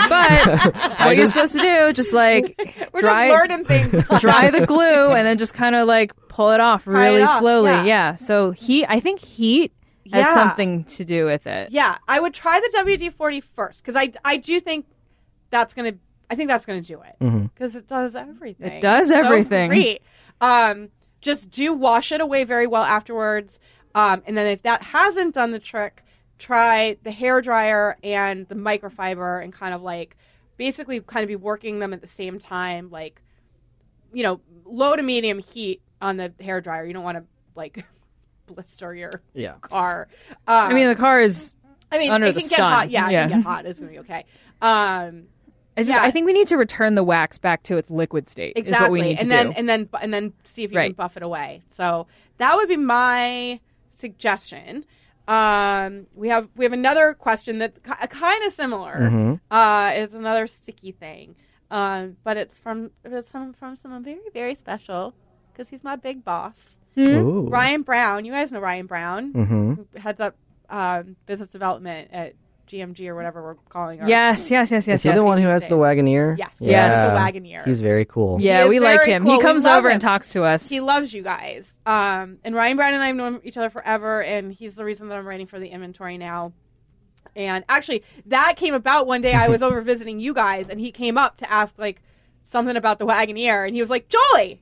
S3: But what you're supposed to do, just like
S2: We're
S3: dry,
S2: just learning things.
S3: dry the glue and then just kind of like pull it off really
S2: it off,
S3: slowly.
S2: yeah.
S3: Yeah. So heat, I think heat
S2: Yeah.
S3: has something to do with it.
S2: Yeah, I would try the WD 40 first because I, I do think that's going to, I think that's going to do it because it does everything.
S3: It does
S2: It's so
S3: everything.
S2: great. Um, just do wash it away very well afterwards. Um, and then if that hasn't done the trick, try the hair dryer and the microfiber and kind of like basically kind of be working them at the same time, like, you know, low to medium heat on the hair dryer. You don't want to like blister your
S4: Yeah.
S2: car. Um,
S3: I mean, the car is.
S2: I mean,
S3: under
S2: it
S3: the
S2: can get
S3: sun.
S2: hot. Yeah, it
S3: Yeah.
S2: can get hot. It's gonna be okay. Um,
S3: I just,
S2: Yeah.
S3: I think we need to return the wax back to its liquid state.
S2: exactly.
S3: Is what we need to
S2: and then
S3: do.
S2: and then and then see if you can
S3: Right.
S2: buff it away. So that would be my suggestion. Um, we have we have another question that's ki- kind of similar.
S3: Mm-hmm.
S2: Uh, is another sticky thing. Um, but it's from it's from from someone very very special because he's my big boss,
S3: Mm.
S4: Ooh.
S2: Hmm? Ryan Brown. You guys know Ryan Brown,
S4: Mm-hmm.
S2: who
S3: Mm.
S2: heads up um, business development at GMG or whatever we're calling. Our
S3: yes, yes, yes, yes.
S4: Is he
S3: yes.
S4: the one who has the
S2: days.
S4: Wagoneer?
S2: Yes,
S3: Yes.
S2: yes. the
S4: Yeah.
S2: Wagoneer.
S4: He's very cool.
S3: Yeah,
S2: is
S3: we like
S2: very
S3: him.
S2: cool.
S3: He
S2: We
S3: comes
S2: love
S3: over
S2: him.
S3: and talks to us.
S2: he loves you guys. Um, and Ryan Brown and I have known each other forever, and he's the reason that I'm writing for the inventory now. And actually, that came about one day I was over visiting you guys, and he came up to ask like something about the Wagoneer, and he was like, "Jolly,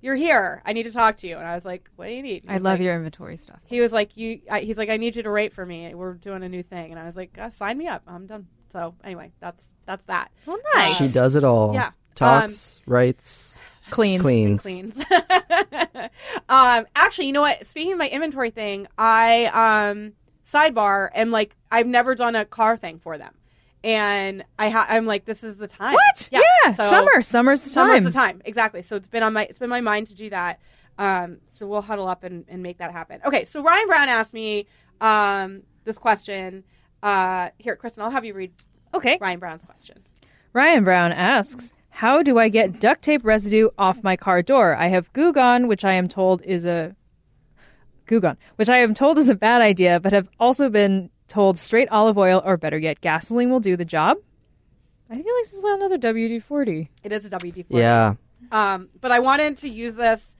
S2: you're here. I need to talk to you." And I was like, "What do you need?" He
S3: I
S2: was
S3: love
S2: like-
S3: your inventory stuff.
S2: He was like, "You." I, he's like, "I need you to write for me. We're doing a new thing." And I was like, uh, "Sign me up. I'm done." So anyway, that's that's that.
S3: Well,
S2: nice.
S4: She does it all.
S2: Yeah. Um,
S4: Talks, writes,
S3: Cleans.
S4: cleans.
S2: cleans. um, actually, you know what? Speaking of my inventory thing, I um, sidebar am like I've never done a car thing for them, and I ha- I'm like, this is the time.
S3: What?
S2: Yeah, so-
S3: summer. Summer's the time.
S2: Summer's the time. Exactly. So it's been on my it's been my mind to do that. Um, so we'll huddle up and, and make that happen. Okay. So Ryan Brown asked me um, this question. Uh, here, Kristen, I'll have you read
S3: Okay.
S2: Ryan Brown's question.
S3: Ryan Brown asks, "How do I get duct tape residue off my car door? I have Goo Gone, which I am told is a Goo Gone, which I am told is a bad idea, but have also been told straight olive oil or better yet, gasoline will do the job." I feel like this is another WD forty.
S2: It is a WD four.
S4: Yeah.
S2: Um, but I wanted to use this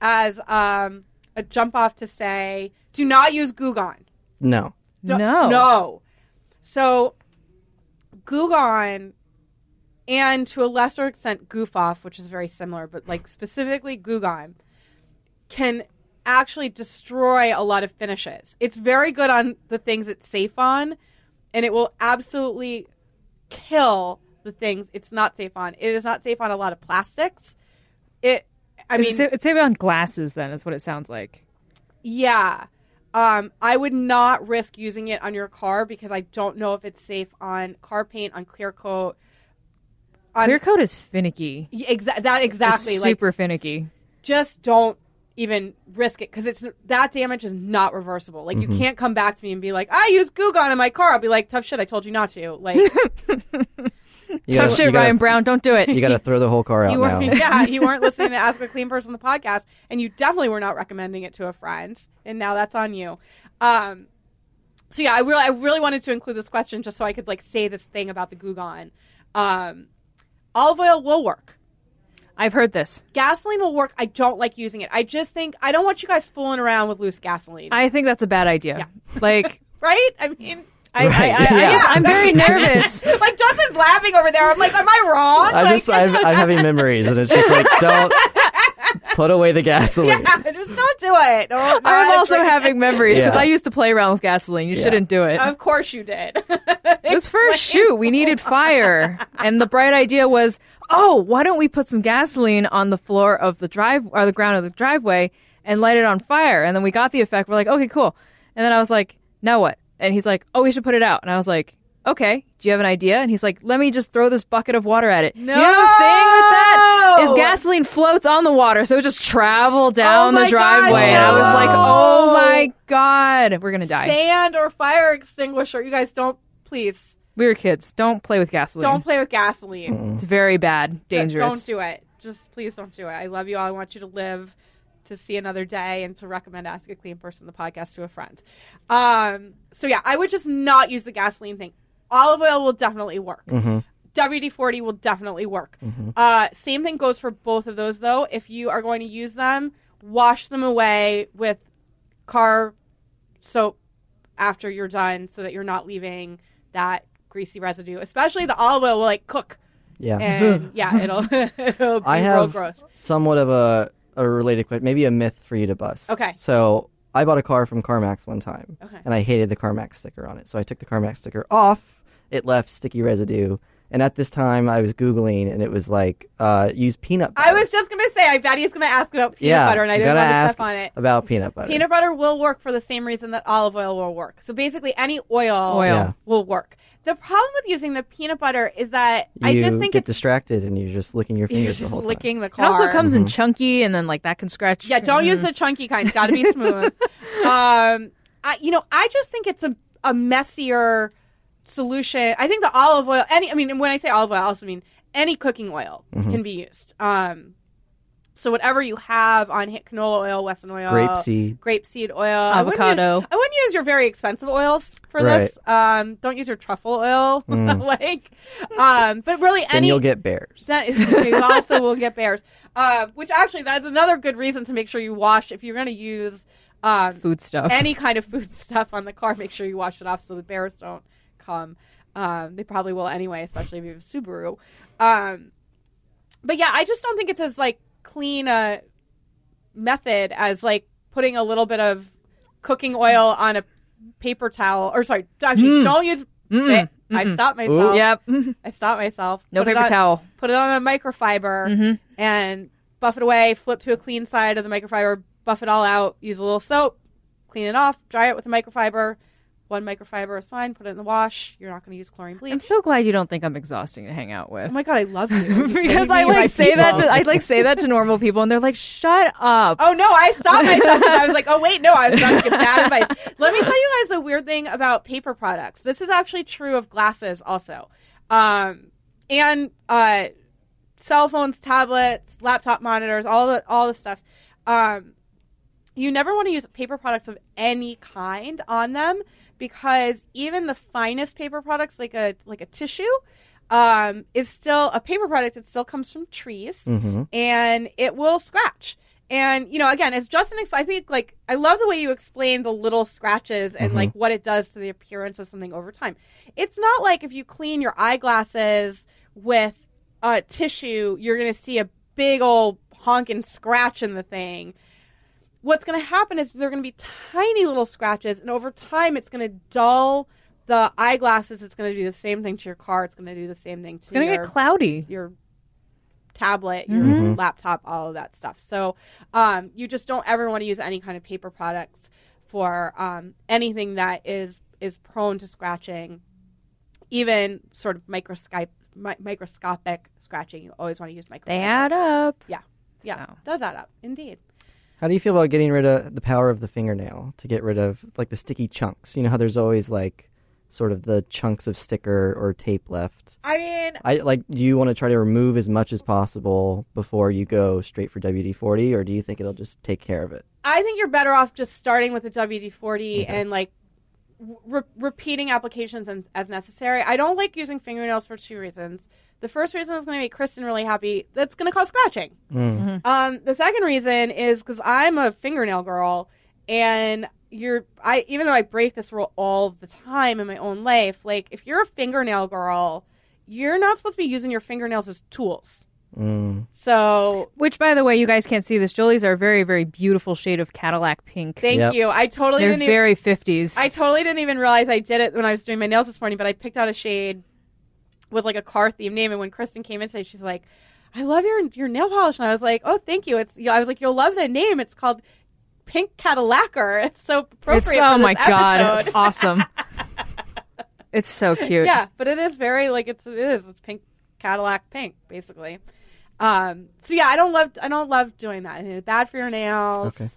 S2: as um, a jump off to say, do not use Gugon.
S4: No.
S2: Do-
S3: No.
S2: No. So Gugon and to a lesser extent Goof Off, which is very similar, but like specifically Gugon can actually destroy a lot of finishes. It's very good on the things it's safe on and it will absolutely kill the things it's not safe on. It is not safe on a lot of plastics. It I
S3: I mean,
S2: mean
S3: it's, it's maybe on glasses. Then is what it sounds like.
S2: yeah. Um, I would not risk using it on your car because I don't know if it's safe on car paint, on clear coat. On,
S3: Clear coat is finicky.
S2: Yeah, exa- that exactly.
S3: It's
S2: like,
S3: super finicky.
S2: just don't even risk it because it's that damage is not reversible. Like, you can't come back to me and be like, "I used Goo Gone in my car." I'll be like, "Tough shit, I told you not to." Like,
S4: You
S3: Tough
S4: gotta,
S3: shit,
S4: you gotta,
S3: Ryan Brown. Don't do it.
S4: You gotta throw the whole car out
S2: you
S4: now.
S2: weren't, yeah, you weren't listening to Ask a Clean Person the podcast, and you definitely were not recommending it to a friend. And now that's on you. Um, so yeah, I really, I really wanted to include this question just so I could like say this thing about the Gugon. Um, olive oil will work.
S3: I've heard this.
S2: Gasoline will work. I don't like using it. I just think I don't want you guys fooling around with loose gasoline,
S3: I think that's a bad idea. Like.
S2: right? I mean,
S3: I,
S4: Right,
S3: I, I, I
S4: yeah.
S3: just, I'm very nervous.
S2: like Justin's laughing over there. I'm like, am I wrong?
S4: I
S2: like,
S4: just I'm, I'm having memories, and it's just like don't put away the gasoline.
S2: just don't do it. Oh Don't-
S3: I'm
S2: not
S3: also
S2: drink-
S3: having memories because
S4: Yeah.
S3: I used to play around with gasoline. You shouldn't do it.
S2: Of course you did.
S3: It was for a shoot. We needed fire. And the bright idea was, oh, why don't we put some gasoline on the floor of the drive or the ground of the driveway and light it on fire? And then we got the effect. We're like, okay, cool. And then I was like, now what? And he's like, oh, we should put it out. And I was like, okay, do you have an idea? And he's like, let me just throw this bucket of water at it. You know the thing with that is
S2: No! Oh
S3: gasoline floats on the water, so it just traveled down
S2: my
S3: the
S2: God,
S3: driveway. And I was like,
S2: no.
S3: oh my God, we're going to die.
S2: sand or fire extinguisher. You guys don't, please,
S3: We were kids. Don't play with gasoline.
S2: don't play with gasoline.
S3: It's very bad,
S2: Don't
S3: dangerous.
S2: do it. Just please don't do it. I love you all. I want you to live to see another day and to recommend Ask a Clean Person the podcast to a friend. Um, so yeah, I would just not use the gasoline thing. Olive oil will definitely work. WD 40 will definitely work. Uh, same thing goes for both of those, though. If you are going to use them, wash them away with car soap after you're done so that you're not leaving that greasy residue, especially the olive oil will like cook
S4: Yeah.
S2: and yeah, it'll, it'll be
S4: I
S2: real
S4: have
S2: gross.
S4: somewhat of a, a related question, maybe a myth for you to bust.
S2: Okay.
S4: So I bought a car from CarMax one time,
S2: Okay.
S4: and I hated the CarMax sticker on it. So I took the CarMax sticker off. It left sticky residue, and at this time I was googling, and it was like uh, use peanut. butter.
S2: I was just gonna say, I bet he's gonna ask about peanut
S4: yeah,
S2: butter, and I
S4: you
S2: didn't
S4: gotta
S2: want to
S4: ask
S2: step on it.
S4: about peanut butter.
S2: Peanut butter will work for the same reason that olive oil will work. So basically, any oil,
S3: Oil.
S4: Yeah.
S2: will work. The problem with using the peanut butter is that I
S4: you
S2: just think
S4: get
S2: it's
S4: distracted, and you're just licking your
S2: you're
S4: fingers
S2: just
S4: the whole time.
S2: licking the
S3: It
S2: car.
S3: also comes in chunky, and then like that can scratch.
S2: Yeah, don't use the chunky kind. Got to be smooth. um, I, you know, I just think it's a, a messier solution. I think the olive oil. Any, I mean, and when I say olive oil, I also mean any cooking oil
S4: Mm-hmm.
S2: can be used. Um, so whatever you have on hand, canola oil, western oil,
S4: Grapeseed.
S2: grapeseed oil, I wouldn't use- I
S3: Avocado.
S2: wouldn't use, your very expensive oils for this. Um, don't use your truffle oil, like. Um, but really,
S4: Mm. Then
S2: any
S4: you'll get bears.
S2: that is, you also will get bears. Uh, which actually, that's another good reason to make sure you wash if you're going to use um,
S3: food stuff.
S2: any kind of food stuff on the car. Make sure you wash it off so the bears don't come. Um, they probably will anyway, especially if you have a Subaru. Um, but yeah, I just don't think it's as like clean a method as like putting a little bit of cooking oil on a paper towel. Or sorry, actually,
S3: Mm.
S2: don't use. it. I stopped myself.
S3: Yep. No
S2: I stopped myself. put it
S3: paper
S2: on-
S3: towel.
S2: put it on a microfiber and buff it away, flip to a clean side of the microfiber, buff it all out, use a little soap, clean it off, dry it with a microfiber, One microfiber is fine. Put it in the wash. You're not going to use chlorine bleach.
S3: I'm so glad you don't think I'm exhausting to hang out with.
S2: oh my god, I love you.
S3: because I like say that to I like say that to normal people and they're like, "Shut up."
S2: Oh no, I stopped myself because I was like, oh wait, no, I was about to give bad advice. Let me tell you guys the weird thing about paper products. This is actually true of glasses also, um, and uh, cell phones, tablets, laptop monitors, all the all the stuff. Um, you never want to use paper products of any kind on them because even the finest paper products, like a like a tissue, um, is still a paper product. It still comes from trees,
S4: Mm-hmm.
S2: and it will scratch. And you know, again, it's just an. Ex- I think like I love the way you explain the little scratches and like what it does to the appearance of something over time. It's not like if you clean your eyeglasses with a tissue, you're going to see a big old honking scratch in the thing what's going to happen is they're going to be tiny little scratches, and over time, it's going to dull the eyeglasses. It's going to do the same thing to your car. It's going to do the same thing to
S3: it's going to
S2: your,
S3: get cloudy.
S2: your tablet, your
S3: Mm-hmm.
S2: laptop, all of that stuff. So um, you just don't ever want to use any kind of paper products for um, anything that is is prone to scratching, even sort of microscopic mi- microscopic scratching. You always want to use micro.
S3: They add up.
S2: Yeah, yeah,
S3: So.
S2: does add up indeed.
S4: How do you feel about getting rid of the power of the fingernail to get rid of like the sticky chunks? You know how there's always like sort of the chunks of sticker or tape left.
S2: I mean,
S4: I like do you want to try to remove as much as possible before you go straight for WD-40 or do you think it'll just take care of it?
S2: I think you're better off just starting with the WD 40 and like re- repeating applications as, as necessary. I don't like using fingernails for two reasons. The first reason is going to make Kristen really happy. That's going to cause scratching.
S4: Mm.
S2: Um, the second reason is because I'm a fingernail girl, and you're I even though I break this rule all the time in my own life, like if you're a fingernail girl, you're not supposed to be using your fingernails as tools.
S4: Mm.
S2: So
S3: Which, by the way, you guys can't see this. Jolie's are a very, very beautiful shade of Cadillac pink.
S2: thank
S4: Yep.
S2: you. I totally
S3: They're
S2: didn't even- e-
S3: very 50s.
S2: I totally didn't even realize I did it when I was doing my nails this morning, but I picked out a shade with like a car theme name. And when Kristen came in today, she's like, I love your your nail polish. And I was like, oh, thank you. It's I was like, you'll love that name. It's called Pink Cadillacer. It's so appropriate.
S3: it's,
S2: for
S3: oh
S2: this
S3: my God.
S2: episode.
S3: Awesome. it's so cute.
S2: yeah, but it is very like it's it is it's pink Cadillac pink basically. Um, so yeah, I don't love I don't love doing that. It's bad for your nails.
S4: Okay.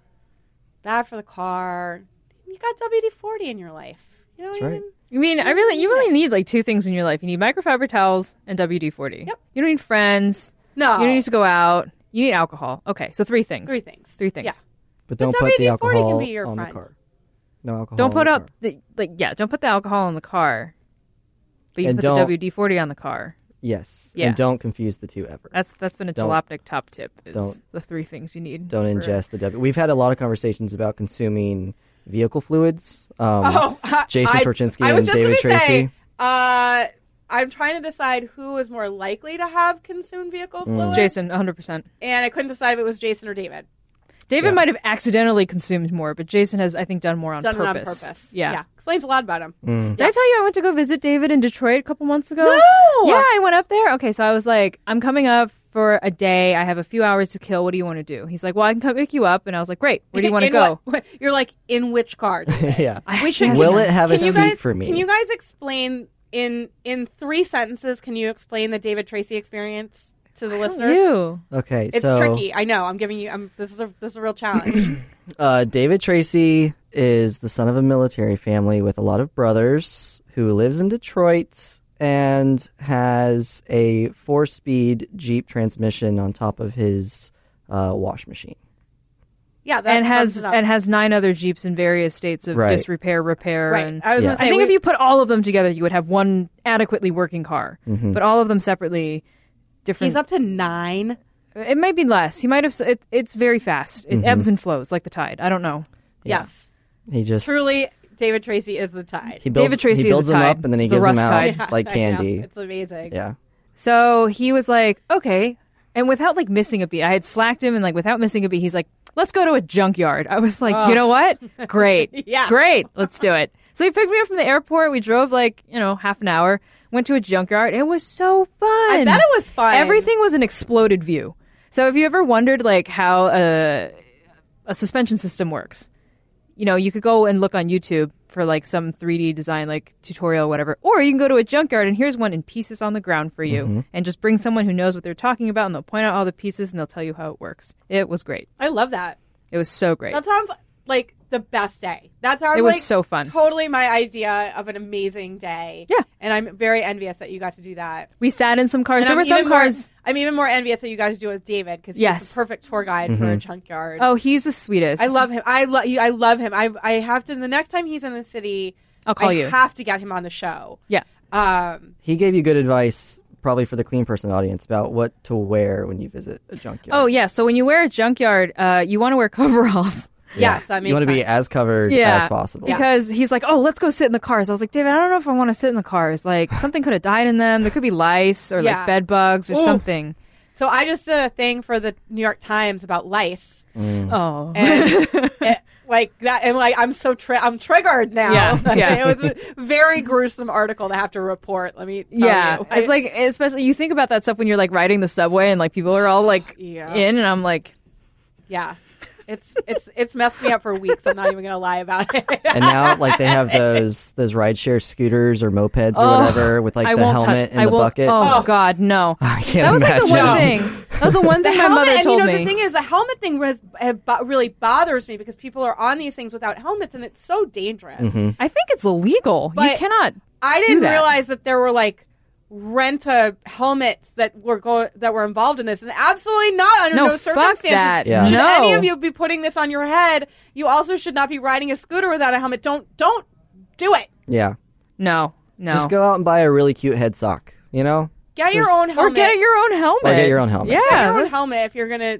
S2: Bad for the car. You got WD forty in your life. You know what I
S4: right.
S2: mean?
S3: I mean, I really, you really need like two things in your life. You need microfiber towels and WD 40.
S2: Yep.
S3: You don't need friends.
S2: No.
S3: You don't need to go out. You need alcohol. Okay, so three things.
S2: Three things.
S3: Three things.
S2: Yeah.
S4: But
S2: But
S4: don't put the
S2: WD-40 can be
S4: alcohol
S2: your
S4: on
S2: friend.
S4: the car. No alcohol.
S3: Don't put
S4: on the
S3: out the like yeah. Don't put the alcohol in the car. But you
S4: And
S3: put
S4: don't-
S3: the WD forty on the car.
S4: car. Yes.
S3: Yeah.
S4: And don't confuse the two ever.
S3: That's that's been a
S4: Don't-
S3: jalopnik top tip. Is
S4: don't-
S3: the three things you need.
S4: Don't
S3: for-
S4: ingest the W. We've had a lot of conversations about consuming vehicle fluids. Um,
S2: Oh, I-
S4: Jason
S2: I-
S4: Torchinski
S2: I was
S4: and
S2: just
S4: David
S2: gonna
S4: Tracy.
S2: Say, uh, I'm trying to decide who is more likely to have consumed
S4: Mm.
S2: vehicle fluids.
S3: Jason, one hundred percent.
S2: and I couldn't decide if it was Jason or David.
S3: David might have accidentally consumed more, but Jason has, I think, done more on
S2: Done
S3: purpose.
S2: it on purpose.
S3: Yeah.
S2: explains a lot about him.
S4: Mm.
S3: Did I tell you I went to go visit David in Detroit a couple months ago?
S2: No!
S3: Yeah, I went up there. Okay, so I was like, I'm coming up for a day. I have a few hours to kill. What do you want to do? He's like, Well, I can come pick you up. And I was like, Great. Where do you want to
S2: In
S3: go?
S2: what- you're like in which car? David?
S4: yeah.
S2: we should.
S3: Yes.
S4: Will it have a
S2: can you
S4: seat
S2: guys,
S4: for me?
S2: Can you guys explain in in three sentences? Can you explain the David Tracy experience to the listeners?
S3: You.
S4: okay.
S2: It's
S4: so,
S2: tricky. I know. I'm giving you. I'm, this is a this is a real challenge.
S4: Uh, David Tracy is the son of a military family with a lot of brothers who lives in Detroit and has a four speed Jeep transmission on top of his uh, wash machine.
S2: yeah, that
S3: And
S2: sums
S3: has
S2: it up.
S3: and has nine other Jeeps in various states of
S4: Right.
S3: disrepair, repair,
S2: Right.
S3: and
S2: I was
S4: Yeah.
S2: gonna say,
S3: I think
S2: we-
S3: if you put all of them together, you would have one adequately working car.
S4: Mm-hmm.
S3: But all of them separately, different.
S2: he's up to nine.
S3: It might be less. He might have. s- It, it's very fast. It
S4: Mm-hmm.
S3: ebbs and flows like the tide. I don't know.
S2: Yes.
S4: He just
S2: Truly, David Tracy is the tide.
S4: he builds,
S3: David Tracy
S4: he
S3: is a
S4: builds them
S3: tide.
S4: up and then he
S3: It's a
S4: gives them
S3: rust
S4: out
S3: tide.
S4: like
S2: I know.
S4: candy.
S2: It's amazing.
S4: Yeah.
S3: So he was like, okay. And without like missing a beat, I had slacked him, and like without missing a beat, he's like, let's go to a junkyard. I was like, you know what? Great.
S2: Oh. Yeah.
S3: Great. Let's do it. So he picked me up from the airport. We drove like, you know, half an hour, went to a junkyard. It was so fun.
S2: I bet it was fun.
S3: Everything was an exploded view. So if you ever wondered like how a, a suspension system works, you know, you could go and look on YouTube for like some 3D design like tutorial whatever. Or you can go to a junkyard and here's one in pieces on the ground for you
S2: Mm-hmm.
S3: and just bring someone who knows what they're talking about and they'll point out all the pieces and they'll tell you how it works. It was great.
S2: I love that.
S3: It was so great.
S2: That sounds like the best day. That sounds
S3: It was
S2: like
S3: so fun.
S2: Totally my idea of an amazing day.
S3: Yeah.
S2: And I'm very envious that you got to do that.
S3: we sat in some cars.
S2: And
S3: there
S2: I'm
S3: were some
S2: even more-
S3: cars.
S2: I'm even more envious that you got to do it with David because he's
S3: Yes.
S2: the perfect tour guide
S4: Mm-hmm.
S2: for a junkyard.
S3: oh, he's the sweetest.
S2: I love him. I love you. I love him. I I have to. The next time he's in the city,
S3: I'll call
S2: I
S3: you.
S2: Have to get him on the show.
S3: Yeah.
S2: Um.
S4: He gave you good advice, probably for the clean person audience, about what to wear when you visit a junkyard.
S3: Oh yeah. So when you wear a junkyard, uh, you want to wear coveralls.
S2: Yes, that makes
S4: you want to be
S2: sense.
S4: as covered
S3: yeah,
S4: as possible.
S3: Because he's like, oh, let's go sit in the cars. I was like, David, I don't know if I want to sit in the cars. Like something could have died in them. There could be lice or
S2: Yeah.
S3: like bed bugs or
S2: Ooh.
S3: something.
S2: So I just did a thing for the New York Times about lice,
S4: Mm.
S3: Oh,
S2: and it- like that, and like I'm so tri- I'm triggered now.
S3: Yeah, yeah.
S2: it was a very gruesome article to have to report. Let me. Tell
S3: yeah.
S2: you.
S3: It's like especially you think about that stuff when you're like riding the subway and like people are all like
S2: Yeah.
S3: in, and I'm like,
S2: yeah. It's it's it's messed me up for weeks. I'm not even gonna lie about it.
S4: And now, like they have those those rideshare scooters or mopeds or
S3: Oh,
S4: whatever with like
S3: I
S4: the
S3: won't
S4: helmet
S3: touch.
S4: and
S3: I
S4: the
S3: won't.
S4: bucket.
S3: Oh,
S2: Oh.
S3: God, no.
S4: I can't
S3: That was like
S4: imagine.
S3: the one thing. That was the one
S2: the
S3: thing my
S2: helmet,
S3: mother
S2: and
S3: told
S2: you know
S3: me.
S2: the thing is, the helmet thing res- uh, bo- really bothers me because people are on these things without helmets, and it's so dangerous.
S3: I think it's illegal. you
S2: But-
S3: cannot.
S2: I
S3: do
S2: didn't
S3: that.
S2: realize that there were like rent a helmets that were go that were involved in this, and absolutely not under
S3: No,
S2: no,
S3: fuck
S2: circumstances
S3: that.
S4: Yeah.
S2: should
S3: No.
S2: any of you be putting this on your head. You also should not be riding a scooter without a helmet. Don't don't do it.
S4: Yeah,
S3: No, no.
S4: just go out and buy a really cute head sock. You know,
S2: Get your
S4: There's-
S2: own helmet.
S3: Or get your own helmet.
S4: Or get your own helmet.
S3: Yeah.
S2: Get your own helmet if you're gonna.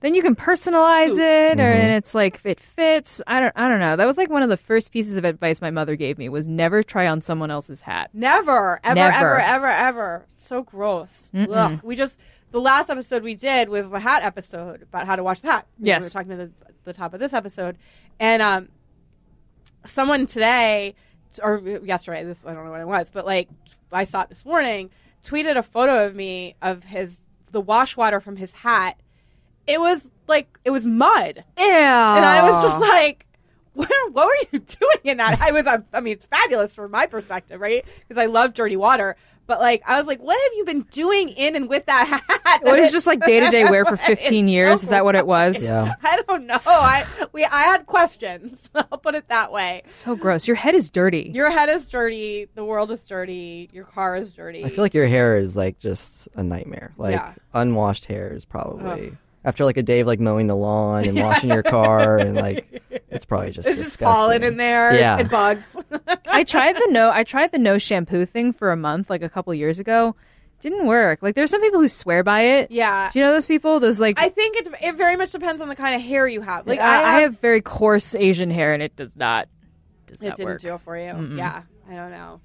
S3: then you can personalize it, or and it's like it fits. I don't. I don't know. That was like one of the first pieces of advice my mother gave me was never try on someone else's hat.
S2: Never, ever,
S3: Never.
S2: ever, ever, ever. So gross. Ugh. We just the last episode we did was the hat episode about how to wash the hat.
S3: Yes.
S2: we were talking about the, the top of this episode, and um, someone today or yesterday, this I don't know when it was, but like I saw it this morning, tweeted a photo of me of his the wash water from his hat. It was like it was mud.
S3: Yeah.
S2: And I was just like, what, what were you doing in that? I was, um, I mean, it's fabulous from my perspective, right? Because I love dirty water. But like, I was like, what have you been doing in and with that hat?
S3: What is just like day to day wear for 15
S2: It's
S3: years?
S2: so
S3: Is that what it was?
S4: Yeah.
S2: I don't know. I we I had questions. I'll put it that way.
S3: So gross. Your head is dirty.
S2: Your head is dirty. The world is dirty. Your car is dirty.
S4: I feel like your hair is like just a nightmare. Like
S2: Yeah.
S4: unwashed hair is probably after like a day of like mowing the lawn and washing your car and like it's probably just
S2: there's just
S4: disgusting.
S2: pollen in there
S4: Yeah.
S2: and bugs.
S3: I tried the no. I tried the no shampoo thing for a month, like a couple years ago. Didn't work. Like there's some people who swear by it.
S2: yeah.
S3: Do you know those people? Those like
S2: I think it, it very much depends on the kind of hair you have. Like
S3: Like I, I have very coarse Asian hair, and it does not. Does
S2: it
S3: not
S2: didn't
S3: work.
S2: do it for you. Yeah, I don't know.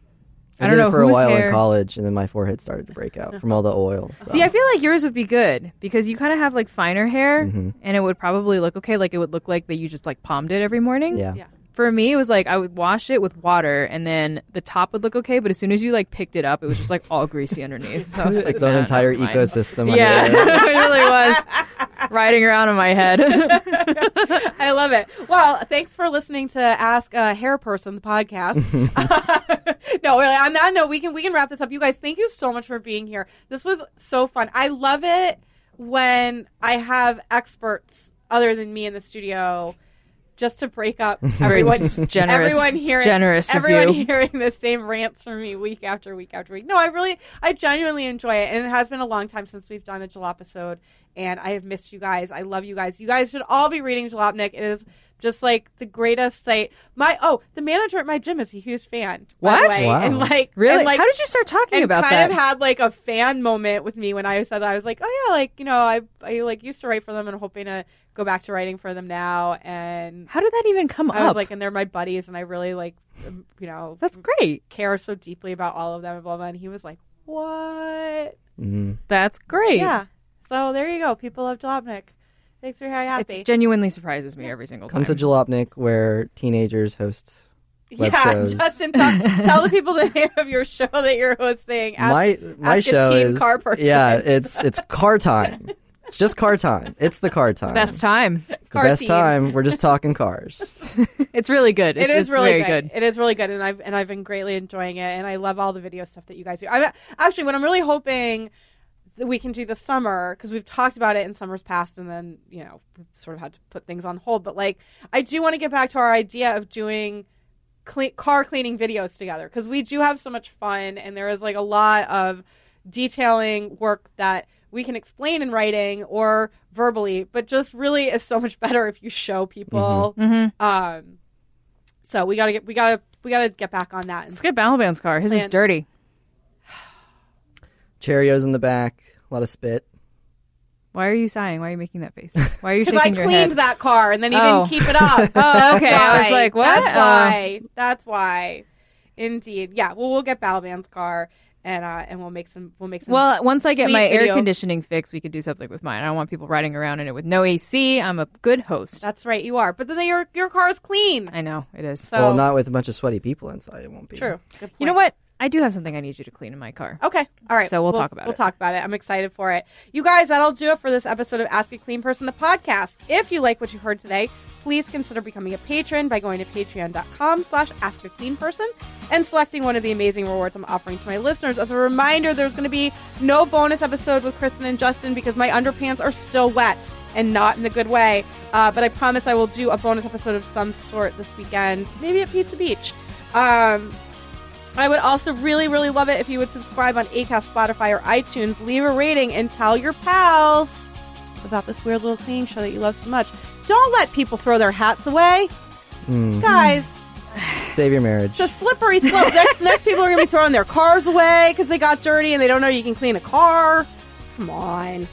S4: I,
S3: I don't
S4: did
S3: know
S4: it for a
S3: whose
S4: while
S3: hair-
S4: in college, and then my forehead started to break out from all the oil. so.
S3: See, I feel like yours would be good because you kind of have like finer hair,
S4: Mm-hmm.
S3: and it would probably look okay. Like it would look like that you just like palmed it every morning.
S4: yeah.
S2: Yeah.
S3: For me, it was like I would wash it with water, and then the top would look okay. But as soon as you like picked it up, it was just like all greasy underneath. So I was like,
S4: Its own
S3: "Nah,
S4: entire
S3: never mind."
S4: ecosystem. under
S3: Yeah,
S4: there.
S3: it really was riding around in my head.
S2: I love it. Well, thanks for listening to Ask a Hair Person the podcast. no, really, on that note, we can we can wrap this up. You guys, thank you so much for being here. This was so fun. I love it when I have experts other than me in the studio just to break up everyone's
S3: generous.
S2: everyone
S3: It's
S2: hearing
S3: generous of
S2: everyone
S3: you.
S2: hearing the same rants from me week after week after week. No, I really I genuinely enjoy it and it has been a long time since we've done a jalopasode and I have missed you guys. I love you guys. You guys should all be reading Jalopnik. It is just like the greatest site. My oh, the manager at my gym is a huge fan. by the
S3: What?
S2: way.
S4: Wow.
S2: And like
S3: really?
S2: and, like
S3: How did you start talking
S2: and
S3: about
S2: kind
S3: that?
S2: of had like a fan moment with me when I said that. I was like, oh yeah, like you know, I I like used to write for them and hoping to go back to writing for them now. And
S3: How did that even come
S2: I was
S3: up?
S2: like, and they're my buddies, and I really like, um, you know,
S3: That's great.
S2: care so deeply about all of them and blah blah. And he was like, what?
S4: Mhm.
S3: That's great.
S2: Yeah. So there you go. People love Jalopnik. Thanks for having happy.
S3: It genuinely surprises me every single
S4: Come
S3: time.
S4: to Jalopnik, where teenagers host. web
S2: yeah,
S4: shows.
S2: Justin, tell, tell the people the name of your show that you're hosting. Ask-
S4: my my
S2: ask a
S4: show
S2: teen
S4: is
S2: car person.
S4: yeah, it's it's car time. It's just car time. It's the car time.
S3: Best time.
S4: the
S2: car
S4: best
S2: theme.
S4: time. We're just talking cars.
S3: It's really good.
S2: It
S3: It's,
S2: is
S3: it's
S2: really
S3: very
S2: good.
S3: good.
S2: It is really good, and I've and I've been greatly enjoying it, and I love all the video stuff that you guys do. I'm actually what I'm really hoping that we can do this summer because we've talked about it in summers past, and then you know sort of had to put things on hold. But like, I do want to get back to our idea of doing cle car cleaning videos together because we do have so much fun, and there is like a lot of detailing work that we can explain in writing or verbally, but just really is so much better if you show people.
S3: Mm-hmm.
S2: Um, so we gotta get we gotta we gotta get back on that.
S3: Let's get Balaban's car. His is
S2: Plan.
S3: dirty.
S4: Cheerios in the back. A lot of spit.
S3: Why are you sighing? Why are you making that face? Why are you shaking
S2: Because I
S3: your
S2: cleaned
S3: head?
S2: that car and then he
S3: Oh.
S2: didn't keep it up.
S3: Oh, okay. I was like, what? Oh. Uh,
S2: That's why. That's why. Indeed. Yeah. Well, we'll get Balaban's car and uh, and we'll make some we'll make some.
S3: Well, once I get
S2: Sweet
S3: my air
S2: video.
S3: conditioning fixed, we could do something with mine. I don't want people riding around in it with no AC. I'm a good host.
S2: that's right. You are. But then your your car is clean.
S3: I know it is.
S2: So
S4: Well, not with a bunch of sweaty people inside. It won't be.
S2: Oh. true. Good
S3: You know
S2: point.
S3: what? I do have something I need you to clean in my car.
S2: Okay. All right.
S3: So we'll talk about
S2: We'll
S3: it.
S2: talk about it. I'm excited for it. You guys, that'll do it for this episode of Ask a Clean Person, the podcast. If you like what you heard today, please consider becoming a patron by going to patreon.com slash ask a clean person and selecting one of the amazing rewards I'm offering to my listeners. As a reminder, there's going to be no bonus episode with Kristen and Justin because my underpants are still wet and not in a good way. Uh, but I promise I will do a bonus episode of some sort this weekend, maybe at Pizza Beach. Um, I would also really, really love it if you would subscribe on ACAST, Spotify, or iTunes, leave a rating, and tell your pals about this weird little cleaning show that you love so much. Don't let people throw their hats away.
S4: Mm.
S2: Guys,
S4: Save your marriage.
S2: it's a slippery slope. next, next people are going to be throwing their cars away because they got dirty and they don't know you can clean a car. Come on.